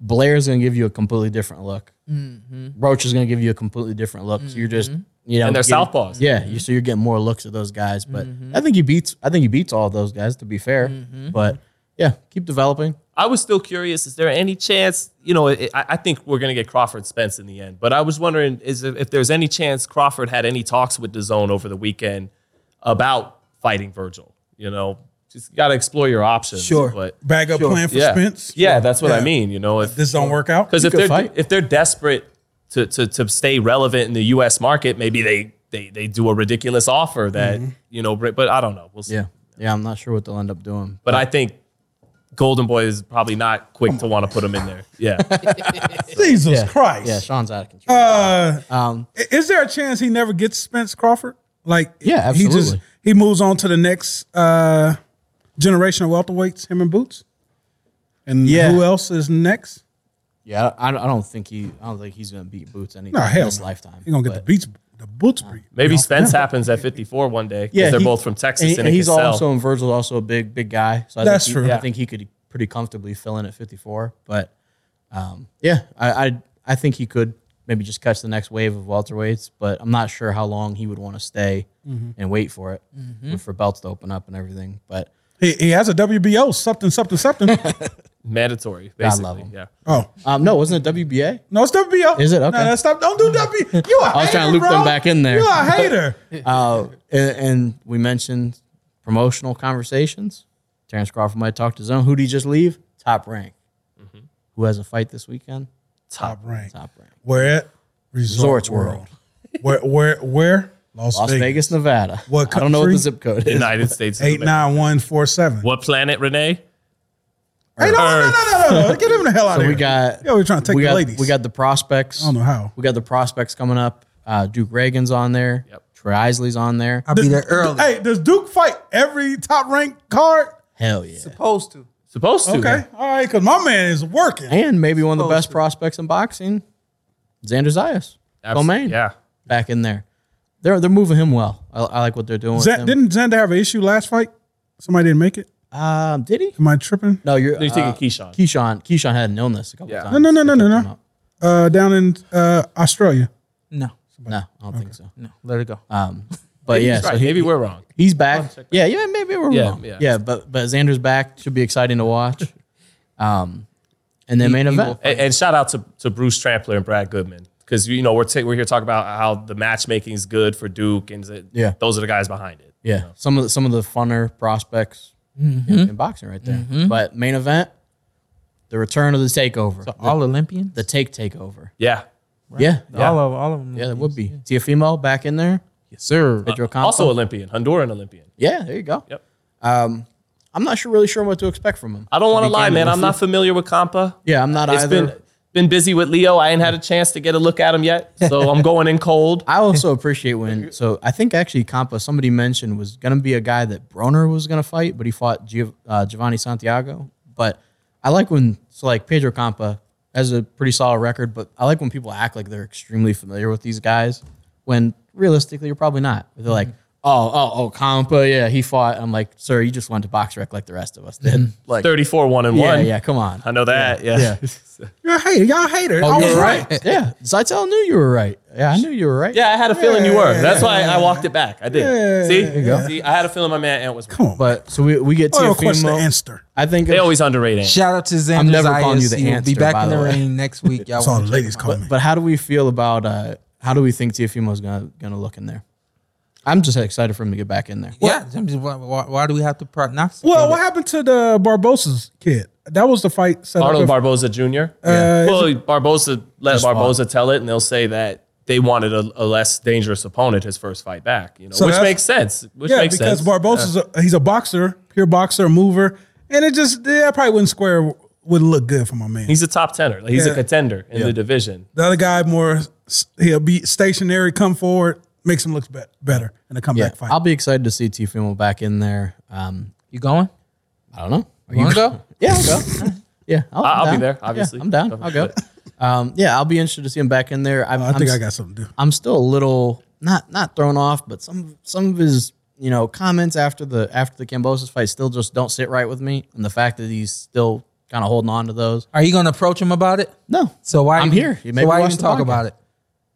C: Blair's going to give you a completely different look. Roach is going to give you a completely different look. So you're just you know
D: And they're
C: getting-
D: southpaws.
C: Yeah, you, so you're getting more looks at those guys. But I think he beats I think he beats all those guys to be fair. But yeah, keep developing.
D: I was still curious. Is there any chance? You know, it, I I think we're going to get Crawford Spence in the end. But I was wondering, is if, if there's any chance Crawford had any talks with DAZN over the weekend about fighting Virgil. You know, just got to explore your options.
E: Sure.
D: But
B: Bag up plan for
D: yeah,
B: Spence.
D: yeah, that's what I
B: Yeah.
D: mean. You know, if
B: This don't work out.
D: because if
C: could
D: they're
C: fight.
D: if they're desperate to, to to stay relevant in the U.S. market, maybe they they they do a ridiculous offer that
B: Mm-hmm.
D: you know. But I don't know. We'll see.
C: Yeah. Yeah, I'm not sure what they'll end up doing.
D: But I think Golden Boy is probably not quick to want to put him in there. Yeah.
B: Jesus
C: Yeah,
B: Christ.
C: Sean's out of control.
B: Uh,
C: um,
B: I- Is there a chance he never gets Spence Crawford? Like,
C: Yeah,
B: He just
C: absolutely.
B: he moves on to the next uh, generation of welterweights. Him and Boots, and
C: Yeah.
B: who else is next?
C: yeah, I, I don't think he. I don't think he's gonna beat Boots anything
B: No,
C: in
B: hell,
C: his
B: no.
C: lifetime.
B: He gonna get
C: But-
B: the beats, the Boots breed.
D: Maybe
B: You know?
D: Spence happens at 54 one day because they're
C: he-
D: both from
C: and,
D: Texas and,
C: and
D: it
C: he's
D: can sell.
C: also and Virgil's also a big big guy. So I
B: That's
C: think
B: true.
C: He,
B: Yeah.
C: I think he could e, pretty comfortably fill in at 54. But um, yeah, I, I I think he could maybe just catch the next wave of welterweights. But I'm not sure how long he would want to stay
B: Mm-hmm.
C: and wait for it for belts to open up and everything. But
B: He, he has a WBO something something something.
D: mandatory.
C: God
D: Basically.
C: love him.
D: Yeah.
B: oh
C: um, no, wasn't it WBA?
B: no, it's WBO.
C: Is it?
B: No,
C: Okay.
B: no, stop. Don't do WBO. You a hater,
C: I was trying to loop
B: bro.
C: them back in there.
B: You a hater.
C: Uh, and, and we mentioned promotional conversations. Terrence Crawford might talk to Zone. Who did he just leave? Top rank.
D: Mm-hmm.
C: Who has a fight this weekend?
B: Top rank.
C: Top rank.
B: Where at? Resort
C: Resorts World.
B: Where where where? Las,
C: Las Vegas, Nevada.
B: What
C: I don't know what the
B: country?
C: zip code is.
D: United States. of
B: Eight
D: America.
B: nine one four seven.
D: What planet, Renee?
B: Hey, no, no, no, no, no, no. Get him the hell out
C: So
B: of here.
C: we got.
B: Yeah, we're trying to take
C: we
B: the
C: got,
B: ladies.
C: We got the prospects.
B: I don't know how.
C: We got the prospects coming up. Uh, Duke Reagan's on there.
D: Yep.
C: Troy Isley's on there.
E: I'll be there early.
B: Hey, does Duke fight every top ranked card?
C: Hell yeah.
E: Supposed to.
D: Supposed to.
B: Okay, all right, because my man is working.
C: And maybe one of the
E: Supposed
C: best
E: to.
C: prospects in boxing, Xander Zayas.
D: Abs-
C: Domain.
D: Yeah.
C: Back in there. They're they're moving him well. I, I like what they're doing.
B: Zan-
C: with him.
B: didn't Xander have an issue last fight? Somebody didn't make it.
C: Um, did he?
B: Am I tripping?
C: No, you're,
D: You're thinking
C: uh,
D: Keyshawn.
C: Keyshawn. Keyshawn had an illness a couple
D: Yeah.
C: times.
B: No, Uh, no, no, no,
C: They
B: no,
C: picked him
B: no.
C: up.
B: Uh, down in uh, Australia,
E: No.
C: No, I don't think so.
E: No, let it go.
C: Um, but yeah,
D: Right,
C: so he,
D: maybe we're wrong.
C: he's back. Yeah, yeah, maybe we're
D: Yeah,
C: wrong.
D: yeah.
C: Yeah. but but Xander's back. Should be exciting to watch. um, and then main event.
D: And, and shout out to, to Bruce Trampler and Brad Goodman because you know we're ta- we're here talking about how the matchmaking is good for Duke and that-
C: Yeah.
D: those are the guys behind it.
C: Yeah, some of the, some of the funner prospects in, in boxing right there. But main event, the return of the takeover, the,
E: all Olympians.
C: the take takeover.
D: Yeah.
C: Yeah, yeah,
E: All of all of them.
C: yeah, that would be Tiafimo back in there.
E: Yes, sir.
C: Pedro Campo.
D: Uh, Also Olympian, Honduran Olympian.
C: yeah, there you go.
D: Yep.
C: Um, I'm not sure, really sure what to expect from him.
D: I don't want to lie,
C: became
D: man.
C: a
D: I'm not familiar with Compa.
C: Yeah, I'm not
D: It's
C: either.
D: been been busy with Leo. I ain't had a chance to get a look at him yet, so I'm going in cold.
C: I also appreciate when. So I think actually Compa, somebody mentioned was going to be a guy that Broner was going to fight, but he fought Gio, uh, Giovanni Santiago. But I like when so like Pedro Compa has a pretty solid record, but I like when people act like they're extremely familiar with these guys when realistically you're probably not. They're
D: Mm-hmm.
C: like, oh, oh, oh, Compa, yeah, he fought. I'm like, sir, you just went to box rec like the rest of us
D: Mm-hmm.
C: did. like,
D: 34 one and
C: yeah,
D: one.
C: yeah, come on.
D: I know that. Yeah.
C: Yeah.
D: Yeah.
B: Y'all hate Y'all hate her. I was right.
C: Oh, yeah, Zeitel knew you were right. Yeah, I knew you were right.
D: I had a feeling you were. That's why I walked it back. I did. See? See, I had a feeling my man Ant was wrong.
B: Come on.
C: But so we, we get
B: Boy, of course, the
C: Tiafimo.
B: answer.
C: I think
D: They
C: it-
D: always underrate Ant.
E: Shout out to Xander.
C: I'm never calling you
E: Zayas.
C: the
E: He'll be
C: hamster,
E: back
C: by
E: in the,
C: the way.
E: ring next week. Y'all
B: That's all
E: wanna
B: the
E: check
B: ladies
E: him out.
B: call me.
C: But how do we feel about uh, how do we think Tiafimo's gonna gonna look in there? I'm just excited for him to get back in there.
E: Yeah, I'm just- why, why, why do we have to prognosticate?
B: Well, what happened to the Barbosa's kid? That was the fight set
D: Arnold
B: up. Uh,
D: Barboza Jr.
B: Yeah.
D: Well, Barboza let
C: fought.
D: Barboza tell it, and they'll say that they wanted a, a less dangerous opponent his first fight back. You know,
B: So
D: which
B: that's-
D: makes sense. Which
B: yeah,
D: makes
B: because
D: sense.
B: Barbosa's a, he's a boxer, pure boxer, mover, and it just yeah, probably wouldn't square wouldn't look good for my man.
D: he's a top tenor. Like, he's
B: Yeah.
D: a contender in the division.
B: the other guy more s- he'll be stationary, come forward, makes him look be- better in a
C: Yeah,
B: comeback fight.
C: I'll be excited to see Tiafimo back in there. Um,
E: You going?
C: I don't know. Are
E: You want to go?
C: Yeah, I'll go. yeah, I'll,
D: I'll be
C: down.
D: there,
C: Yeah,
D: obviously.
C: I'm down. I'll go. Um, yeah, I'll be interested to see him back in there. I'm,
B: I think
C: I'm
B: I
C: s-
B: got something to do.
C: I'm still a little not not thrown off, but some some of his you know comments after the after the Cambosis fight still just don't sit right with me, and the fact that he's still kind of holding on to those.
E: Are you going to approach him about it?
C: No,
E: So why?
C: I'm
E: even-
C: here. You made
E: so
C: me
E: why
C: watch
E: even
C: the
E: talk
C: podcast.
E: about it?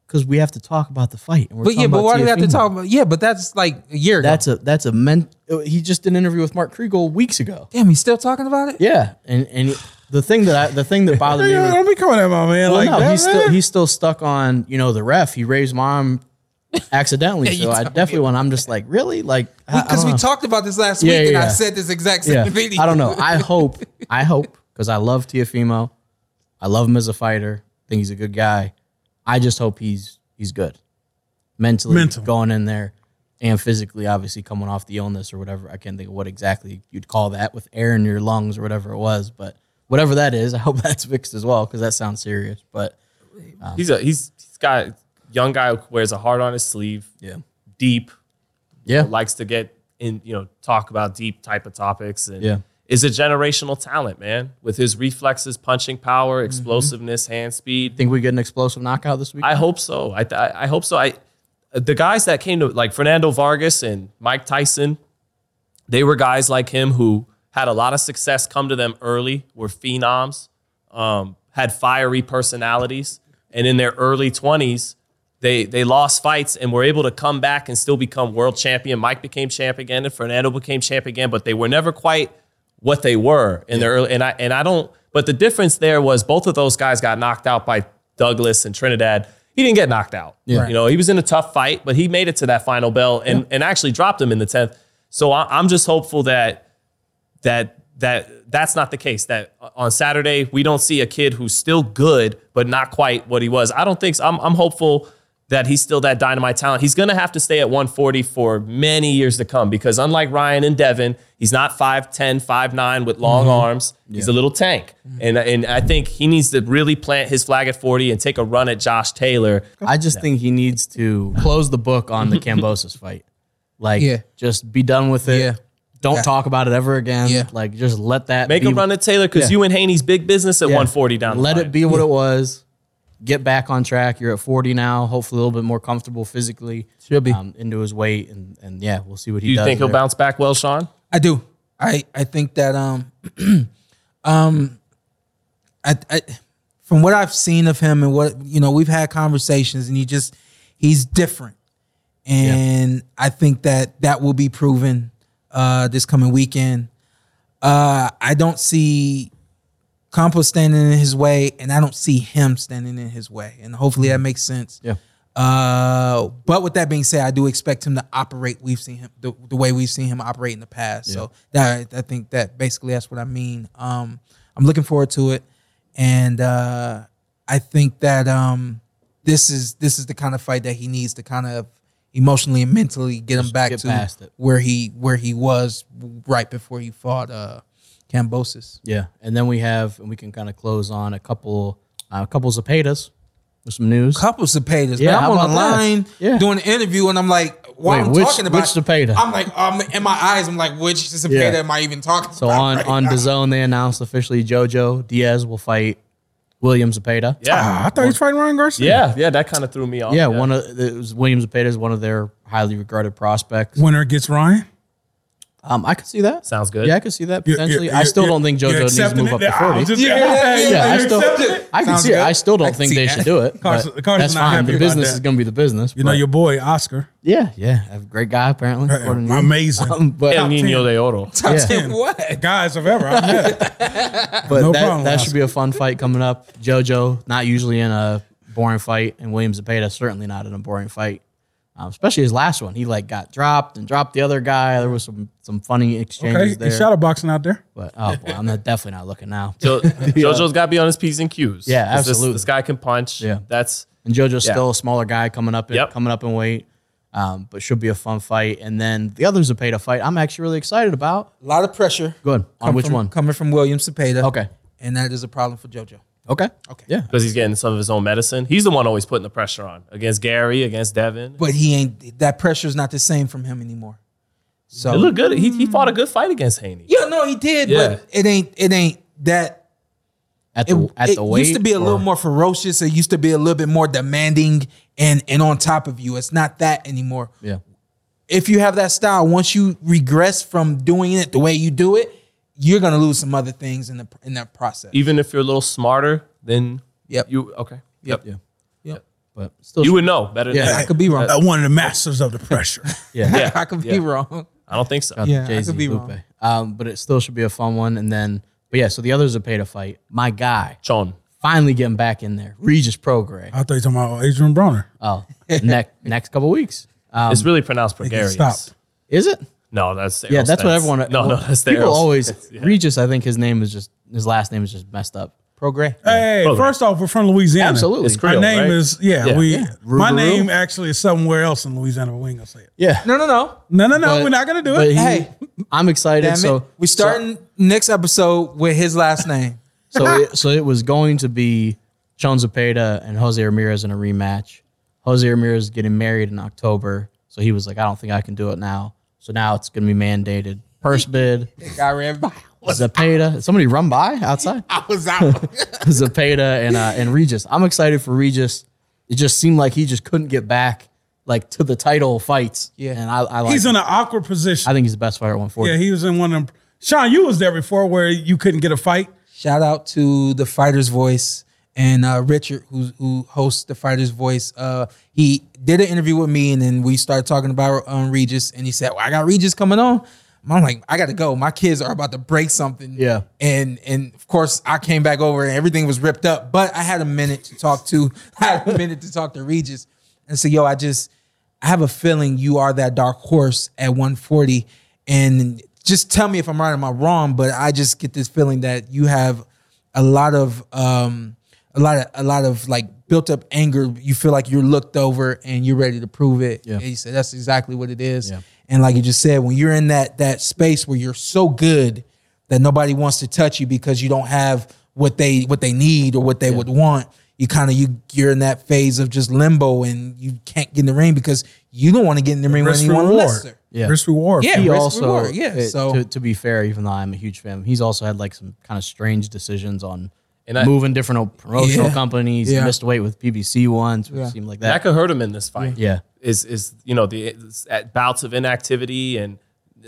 C: because we have to talk about the fight. And we're
E: But yeah,
C: talking
E: but
C: about
E: why do we have to
C: Tiafimo.
E: talk about? Yeah, but that's like a year ago.
C: That's a that's a men. He just did an interview with Mark Kriegel weeks ago.
E: damn. He's still talking about it.
C: Yeah, and and the thing that I, the thing that bothered me.
B: Yeah,
C: was-
B: don't be coming at my man
C: well,
B: like
C: no,
B: that.
C: he's still
B: man.
C: he's still stuck on you know the ref. He raised my arm accidentally, so I definitely want. I'm just like really like I- I
E: Because
C: don't
E: we
C: know.
E: talked about this last
C: Yeah,
E: week, and
C: yeah,
E: I
C: yeah.
E: said this exact same
C: Yeah,
E: thing.
C: I don't know. I hope I hope because I love Tiafimo. I love him as a fighter. I think he's a good guy. I just hope he's he's good mentally
B: Mental.
C: going in there and physically obviously coming off the illness or whatever i can't think of what exactly you'd call that with air in your lungs or whatever it was but whatever that is i hope that's fixed as well because that sounds serious but
D: He's a he's he's got a young guy who wears a heart on his sleeve.
C: Yeah.
D: Deep.
C: yeah
D: Likes to get in, you know, talk about deep type of topics and
C: Yeah.
D: is a generational talent, man. With his reflexes, punching power,
C: Mm-hmm.
D: explosiveness, hand speed.
C: think we get an explosive knockout this week
D: I hope so. I, th- I I hope so. I the guys that came to like Fernando Vargas and Mike Tyson, they were guys like him who had a lot of success come to them early. Were phenoms, um, had fiery personalities, and in their early twenties, they they lost fights and were able to come back and still become world champion. Mike became champ again, and Fernando became champ again, but they were never quite what they were in their early. And I and I don't. But the difference there was both of those guys got knocked out by Douglas and Trinidad. He didn't get knocked out. You know, he was in a tough fight, but he made it to that final bell and and actually dropped him in the tenth. So I, I'm just hopeful that that that that's not the case. That on Saturday we don't see a kid who's still good but not quite what he was. I don't think so. I'm I'm hopeful that he's still that dynamite talent. He's going to have to stay at 140 for many years to come because unlike Ryan and Devin, he's not 5'10, 5'9 with long
C: Mm-hmm.
D: arms. He's a little tank. And and I think he needs to really plant his flag at 40 and take a run at Josh Taylor.
C: I just think he needs to close the book on the Cambosis fight. Like,
E: Yeah.
C: just be done with it.
E: Yeah.
C: Don't talk about it ever again.
E: Yeah.
C: Like, just let that
D: Make
C: be,
D: a run at Taylor cuz
C: Yeah.
D: you and Haney's big business at
C: Yeah.
D: 140 down the
C: Let
D: line.
C: it be what it was. Get back on track. You're at 40 now. Hopefully, a little bit more comfortable physically.
E: Should be.
C: um, into his weight, and and yeah, we'll see what he
D: Do you
C: does.
D: think he'll
C: there.
D: bounce back well, Sean?
E: I do. I I think that um um I, I from what I've seen of him and what you know we've had conversations and he just He's different, and I think that that will be proven uh, this coming weekend. Uh, I don't see Campos standing in his way, and I don't see him standing in his way. And hopefully that makes sense.
C: Mm-hmm. Yeah.
E: Uh, but with that being said, I do expect him to operate. We've seen him the, the way we've seen him operate in the past. So that I think that basically that's what I mean. Um, I'm looking forward to it, and uh, I think that um, this is this is the kind of fight that he needs to kind of emotionally and mentally get him back
C: get
E: to
C: past it.
E: where he where he was right before he fought uh, Cambosis.
C: Yeah, and then we have, and we can kind of close on a couple, uh, couple Zepedas with some news.
E: couple Cepedas.
C: Yeah,
E: man. I'm
C: I'm
E: on the
C: about that.
E: line
C: Yeah.
E: doing an interview, and I'm like, while
C: Wait,
E: I'm
C: which-
E: talking about
C: which Cepeda?
E: I'm like, um, in my eyes, I'm like, which Cepeda
C: Yeah.
E: am I even talking
C: So
E: about?
C: on
E: right
C: on
E: now?
C: DAZN, they announced officially JoJo Diaz will fight William Zapata. Yeah,
D: Yeah.
B: I thought he was fighting Ryan Garcia.
D: Yeah. Yeah. That kind of threw me off.
C: one of it was William Zapata is one of their highly regarded prospects.
B: Winner gets Ryan.
C: Um, I could see that.
D: Sounds good.
C: Yeah, I could see that
B: You-
C: potentially.
B: you-
C: I
B: you-
C: still
B: you-
C: don't think
B: you
C: JoJo needs to
B: accepting
C: move up
B: it?
C: to
B: I was
C: forty.
B: just-
E: Yeah, yeah, yeah,
C: yeah, I
E: you
C: still,
E: accept it?
C: I can
E: Sounds
C: see it.
E: good.
C: I still
E: I
C: don't
E: can
C: think
E: see
C: they
E: that.
C: should do it.
B: Carson-
C: but
B: Carson's
C: that's
B: not
C: fine.
B: happy
C: The
B: about
C: business
B: that.
C: is going to be the business.
B: You know
C: but-
B: your boy Oscar.
C: yeah, yeah, a great guy apparently. according to you.
B: Amazing.
C: Um, but
D: El Nino de Oro.
E: Top
C: Yeah.
E: 10 what?
B: Guys of ever. I'm good.
C: But
B: No
C: that,
B: problem,
C: that
B: Oscar.
C: should be a fun fight coming up. JoJo, not usually in a boring fight, and William Zapata certainly not in a boring fight. Um, especially his last one, he like got dropped and dropped the other guy. There was some some funny
B: Okay,
C: exchanges
B: he
C: there.
B: shadow boxing out there.
C: But oh boy, I'm not, definitely not looking now.
D: Jo- JoJo's got to be on his P's and Q's.
C: Yeah,
D: 'Cause this-
C: absolutely.
D: This, guy can punch.
C: Yeah.
D: That's
C: And JoJo's
D: Yeah.
C: still a smaller guy coming up, in,
D: Yep.
C: coming up in weight, um, but should be a fun fight. And then the other Zapata fight, I'm actually really excited about.
E: A lot of pressure.
C: Go ahead. On
E: Come
C: which
E: from-
C: one?
E: Coming from William Cepeda.
C: Okay.
E: And that is a problem for JoJo.
C: Okay. Okay. Yeah.
D: because he's getting some of his own medicine. He's the one always putting the pressure on against Gary, against Devin.
E: But he ain't, that pressure is not the same from him anymore. So,
D: It looked good. He, he fought a good fight against Haney.
E: yeah, no, he did,
D: Yeah.
E: but it ain't, it ain't that.
C: At
E: it,
C: the at
E: it
C: the weight
E: used to be a
C: or-
E: little more ferocious. It used to be a little bit more demanding and and on top of you. It's not that anymore.
C: Yeah.
E: If you have that style, once you regress from doing it the way you do it, you're gonna lose some other things in the in that process.
D: Even if you're a little smarter than
E: Yep.
D: you, okay. Yep.
C: Yeah.
E: Yep.
C: But still,
D: You would know better than
E: I
D: that.
E: could be wrong.
B: Uh, one of the masters of the pressure.
C: yeah.
D: Yeah.
E: I could be
D: Yeah.
E: wrong.
D: I don't think so.
C: about
E: Yeah, I
C: Jay Z
E: could be
C: Lupe.
E: wrong.
C: Um, but it still should be a fun one. And then, but yeah, so the other Zapata fight, my guy,
D: John.
C: finally getting back in there. Regis Prograde.
B: I thought you were talking about Adrian Broner.
C: Oh, next next couple weeks. Um,
D: it's really pronounced
B: He
D: precarious.
B: stopped.
C: is it?
D: No, that's the
C: Yeah,
D: Errol
C: that's what
D: Spence.
C: everyone.
D: No, no, that's the
C: people
D: Errol
C: always
D: Spence. Yeah.
C: Regis. I think his name is just his last name is just messed up. Prograde.
B: Hey,
D: Brother.
B: first off, we're from Louisiana.
C: Absolutely.
D: It's
B: My
D: Creole,
B: name
D: right?
B: is yeah.
D: Yeah.
B: we
D: Yeah.
B: my
C: Rougarou.
B: name actually is somewhere else in Louisiana, but we ain't gonna say it.
C: Yeah.
E: No, no, no.
B: No, no, no.
C: But-
B: we're not gonna do
C: but
B: it.
C: he-
E: Hey.
C: I'm excited.
E: Damn it.
C: so
E: we starting next episode with his last name.
C: So it, so it was going to be Sean Zapata and Jose Ramirez in a rematch. Jose Ramirez is getting married in October, so he was like, I don't think I can do it now. So now it's going to be mandated. Purse bid,
E: I ran by.
C: Zapata. Did Somebody run by outside.
E: I was out.
C: Zapata and uh, and Regis. I'm excited for Regis. It just seemed like he just couldn't get back like to the title fights.
E: Yeah.
C: and I, I like.
B: he's
C: him.
B: in an awkward position.
C: I think he's the best fighter at 140.
B: yeah, he was in one of them. Sean, you was there before where you couldn't get a fight.
E: Shout out to the Fighter's Voice and uh, Richard, who who hosts the Fighter's Voice. Uh, he did an interview with me, and then we started talking about um, Regis, and he said, well, "I got Regis coming on." I'm like, "I got to go. My kids are about to break something."
C: Yeah.
E: and and of course, I came back over, and everything was ripped up. But I had a minute to talk to. I had a minute to talk to Regis, and say, "Yo, I just." I have a feeling you are that dark horse at 140. And just tell me if I'm right or am I wrong, but I just get this feeling that you have a lot of um a lot of a lot of like built up anger. You feel like you're looked over and you're ready to prove it. Yeah. And he said that's exactly what it is. And like you just said, when you're in that that space where you're so good that nobody wants to touch you because you don't have what they what they need or what they would want. You kind of you you're in that phase of just limbo and you can't get in the ring because you don't want to get in the ring with
B: Risk
E: anyone
B: reward.
E: lesser.
C: Yeah.
B: Risk reward.
E: Yeah.
C: he
E: risk
C: also
E: reward, yeah,
C: uh,
E: so-
C: to, to be fair even though i'm a huge fan he's also had like some kind of strange decisions on
D: And I-
C: moving different promotional
E: Yeah.
C: companies
E: Yeah.
C: missed weight with pbc once which seemed like
D: That
C: that
D: could hurt him in this fight.
C: Yeah.
D: Is is you know the it's at bouts of inactivity and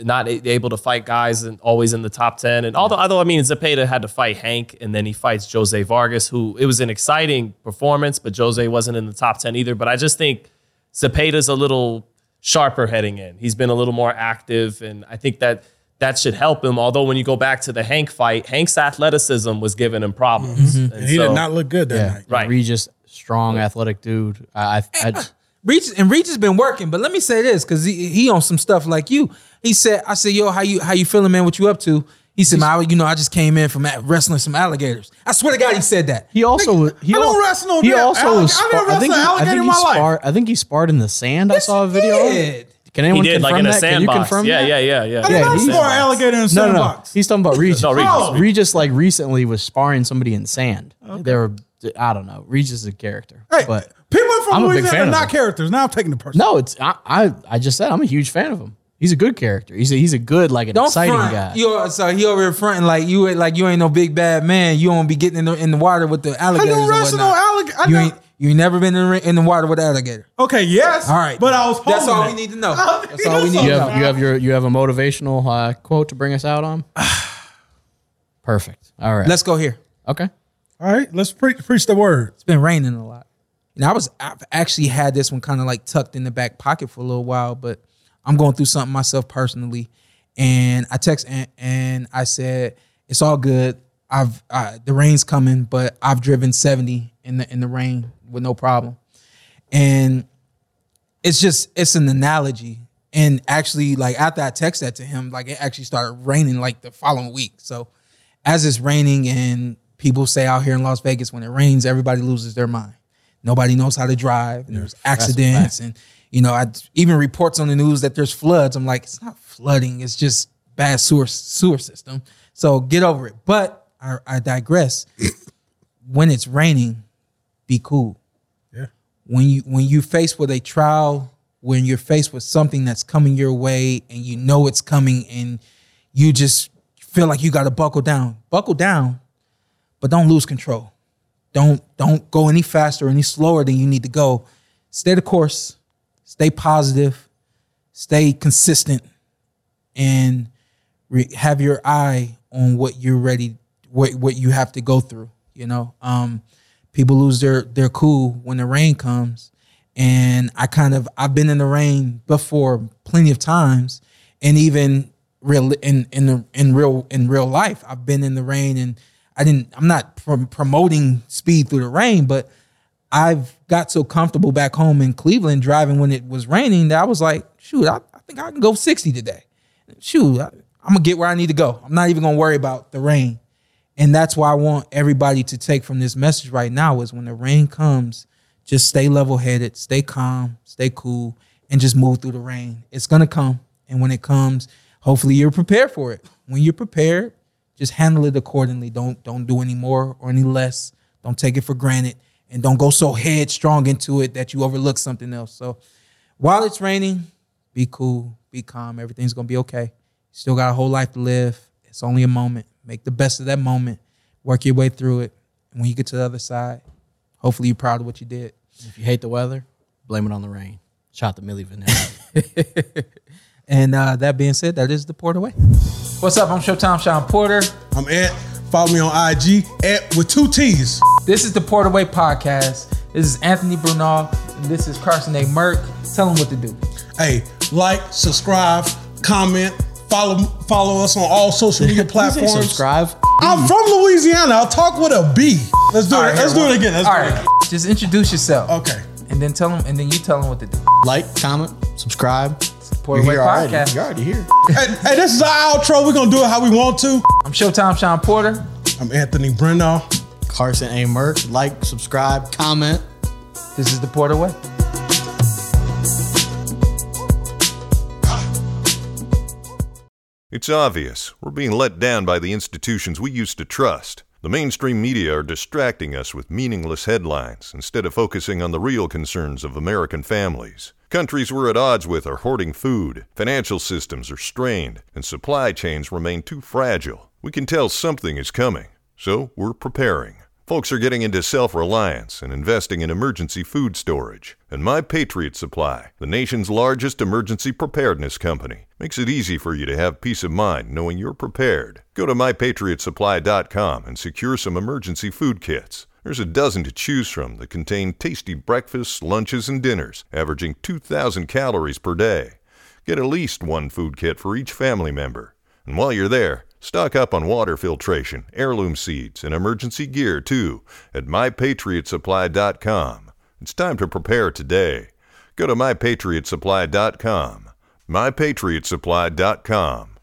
D: not a- able to fight guys and always in the top ten and although although I mean Zapata had to fight Hank and then he fights Jose Vargas who it was an exciting performance but Jose wasn't in the top ten either but I just think Cepeda's a little sharper heading in. He's been a little more active, and I think that that should help him. Although when you go back to the Hank fight, Hank's athleticism was giving him problems.
C: Mm-hmm.
D: And
B: He
D: so-
B: did not look good that night.
D: Right.
C: Regis, strong, athletic dude. I, I, I
E: Reach and Reach has been working, but let me say this because he, he on some stuff like you. He said, "I said, yo, how you how you feeling, man? What you up to?" He said, "Man, I- you know, I just came in from a- wrestling some alligators." I swear to God, he said that.
C: He also he
B: I don't
C: al-
B: wrestle no
C: He
B: damn
C: also
B: alligator.
C: was
B: I
C: spar-
B: never
C: I think he,
B: wrestled an
C: I think he
B: alligator in my
C: spar- I think he sparred in the sand. I saw a video.
E: did.
C: Can anyone
D: he did like
C: confirm
D: in a
C: that? Can you
D: sandbox.
C: confirm
D: Yeah,
C: that?
D: yeah, yeah, yeah.
B: I did not
C: he's-
B: score an alligator in a
C: No, no, no.
B: sandbox.
C: He's talking about Regis.
D: No, Regis,
E: Oh.
D: Regis.
C: Regis, like recently was sparring somebody in sand. They were I don't know. Regis is a character,
B: Hey,
C: but
B: people from
C: I'm a big
B: Louisiana
C: fan
B: are
C: of
B: not
C: him.
B: characters. Now I'm taking the person.
C: no, it's I, I I just said I'm a huge fan of him. He's a good character. He's a, he's a good like an
E: Don't
C: exciting
E: front.
C: guy.
E: You are- so he over here fronting like you ain't- like you ain't no big bad man. You won't be getting in the, in the water with the alligators. and
B: wrestle no
E: whatnot.
B: alligator? I
E: You
B: know-
E: ain't you ain't never been in the, ri- in the water with an alligator.
B: Okay, yes.
E: All right,
B: But I was holding
E: That's all
B: it.
E: we need to know.
B: I-
E: That's all we
B: that's
E: need.
B: all-
E: to
C: You
E: know.
C: have you have your you have a motivational uh, quote to bring us out on. Perfect. All right.
E: Let's go here.
C: okay.
B: All right, let's pre- preach the word.
E: It's been raining a lot. And I was I've actually had this one kind of like tucked in the back pocket for a little while, but I'm going through something myself personally. And I text and, and I said, it's all good. I've uh, the rain's coming, but I've driven 70 in the in the rain with no problem. And it's just it's an analogy. And actually, like after I text that to him, like it actually started raining like the following week. So as it's raining and people say out here in Las Vegas, when it rains, everybody loses their mind. Nobody knows how to drive, and there's accidents, and you know, I even reports on the news that there's floods. I'm like, it's not flooding; it's just bad sewer sewer system. So get over it. But I, I digress. when it's raining, be cool.
B: Yeah.
E: When you when you faced with a trial, when you're faced with something that's coming your way and you know it's coming and you just feel like you got to buckle down. Buckle down, but don't lose control. Don't don't go any faster or any slower than you need to go. Stay the course. Stay positive. Stay consistent and re- have your eye on what you're ready what what you have to go through you know um people lose their their cool when the rain comes and i kind of i've been in the rain before plenty of times and even real in in the, in real in real life i've been in the rain and i didn't i'm not prom- promoting speed through the rain but I've got so comfortable back home in Cleveland driving when it was raining that I was like, shoot, I, I think I can go 60 today. Shoot, I, I'm gonna get where I need to go. I'm not even gonna worry about the rain. And that's why I want everybody to take from this message right now is when the rain comes, just stay level headed, stay calm, stay cool, and just move through the rain. It's gonna come. And when it comes, hopefully you're prepared for it. When you're prepared, just handle it accordingly. Don't don't do any more or any less. Don't take it for granted, and don't go so headstrong into it that you overlook something else. So, while it's raining, be cool, be calm. Everything's gonna be okay. You still got a whole life to live. It's only a moment. Make the best of that moment. Work your way through it. And when you get to the other side, hopefully you're proud of what you did.
C: If you hate the weather, blame it on the rain. Shot the Millie Vanilla.
E: And uh, that being said, that is the port away. What's up? I'm Showtime Sean Porter.
B: I'm at. Follow me on IG at with two T's.
E: This is the Port Away Podcast. This is Anthony Brunel, and this is Carson A. Merck. Tell them what to do.
B: Hey, like, subscribe, comment, follow follow us on all social media platforms.
C: Subscribe.
B: I'm from Louisiana. I'll talk with a B. Let's do it.
E: All right, here,
B: Let's do it
E: well,
B: again. Let's
E: all
B: do it.
E: right. Just introduce yourself.
B: Okay.
E: And then tell them, and then you tell them what to do.
C: Like, comment, subscribe.
E: Port
C: You're
E: Away
C: here already.
E: Podcast.
C: You're already here.
B: hey, hey, this is our outro. We're gonna do it how we want to.
E: I'm Showtime Sean Porter.
B: I'm Anthony Brendo.
C: Carson A. Merck. Like, subscribe, comment.
E: This is the Port Away.
H: It's obvious. We're being let down by the institutions we used to trust. The mainstream media are distracting us with meaningless headlines instead of focusing on the real concerns of American families. Countries we're at odds with are hoarding food, financial systems are strained, and supply chains remain too fragile. We can tell something is coming, so we're preparing. Folks are getting into self reliance and investing in emergency food storage. And My Patriot Supply, the nation's largest emergency preparedness company, makes it easy for you to have peace of mind knowing you're prepared. Go to mypatriotsupply.com and secure some emergency food kits. There's a dozen to choose from that contain tasty breakfasts, lunches, and dinners, averaging 2,000 calories per day. Get at least one food kit for each family member. And while you're there, stock up on water filtration, heirloom seeds, and emergency gear too at mypatriotsupply.com. It's time to prepare today. Go to mypatriotsupply.com. mypatriotsupply.com.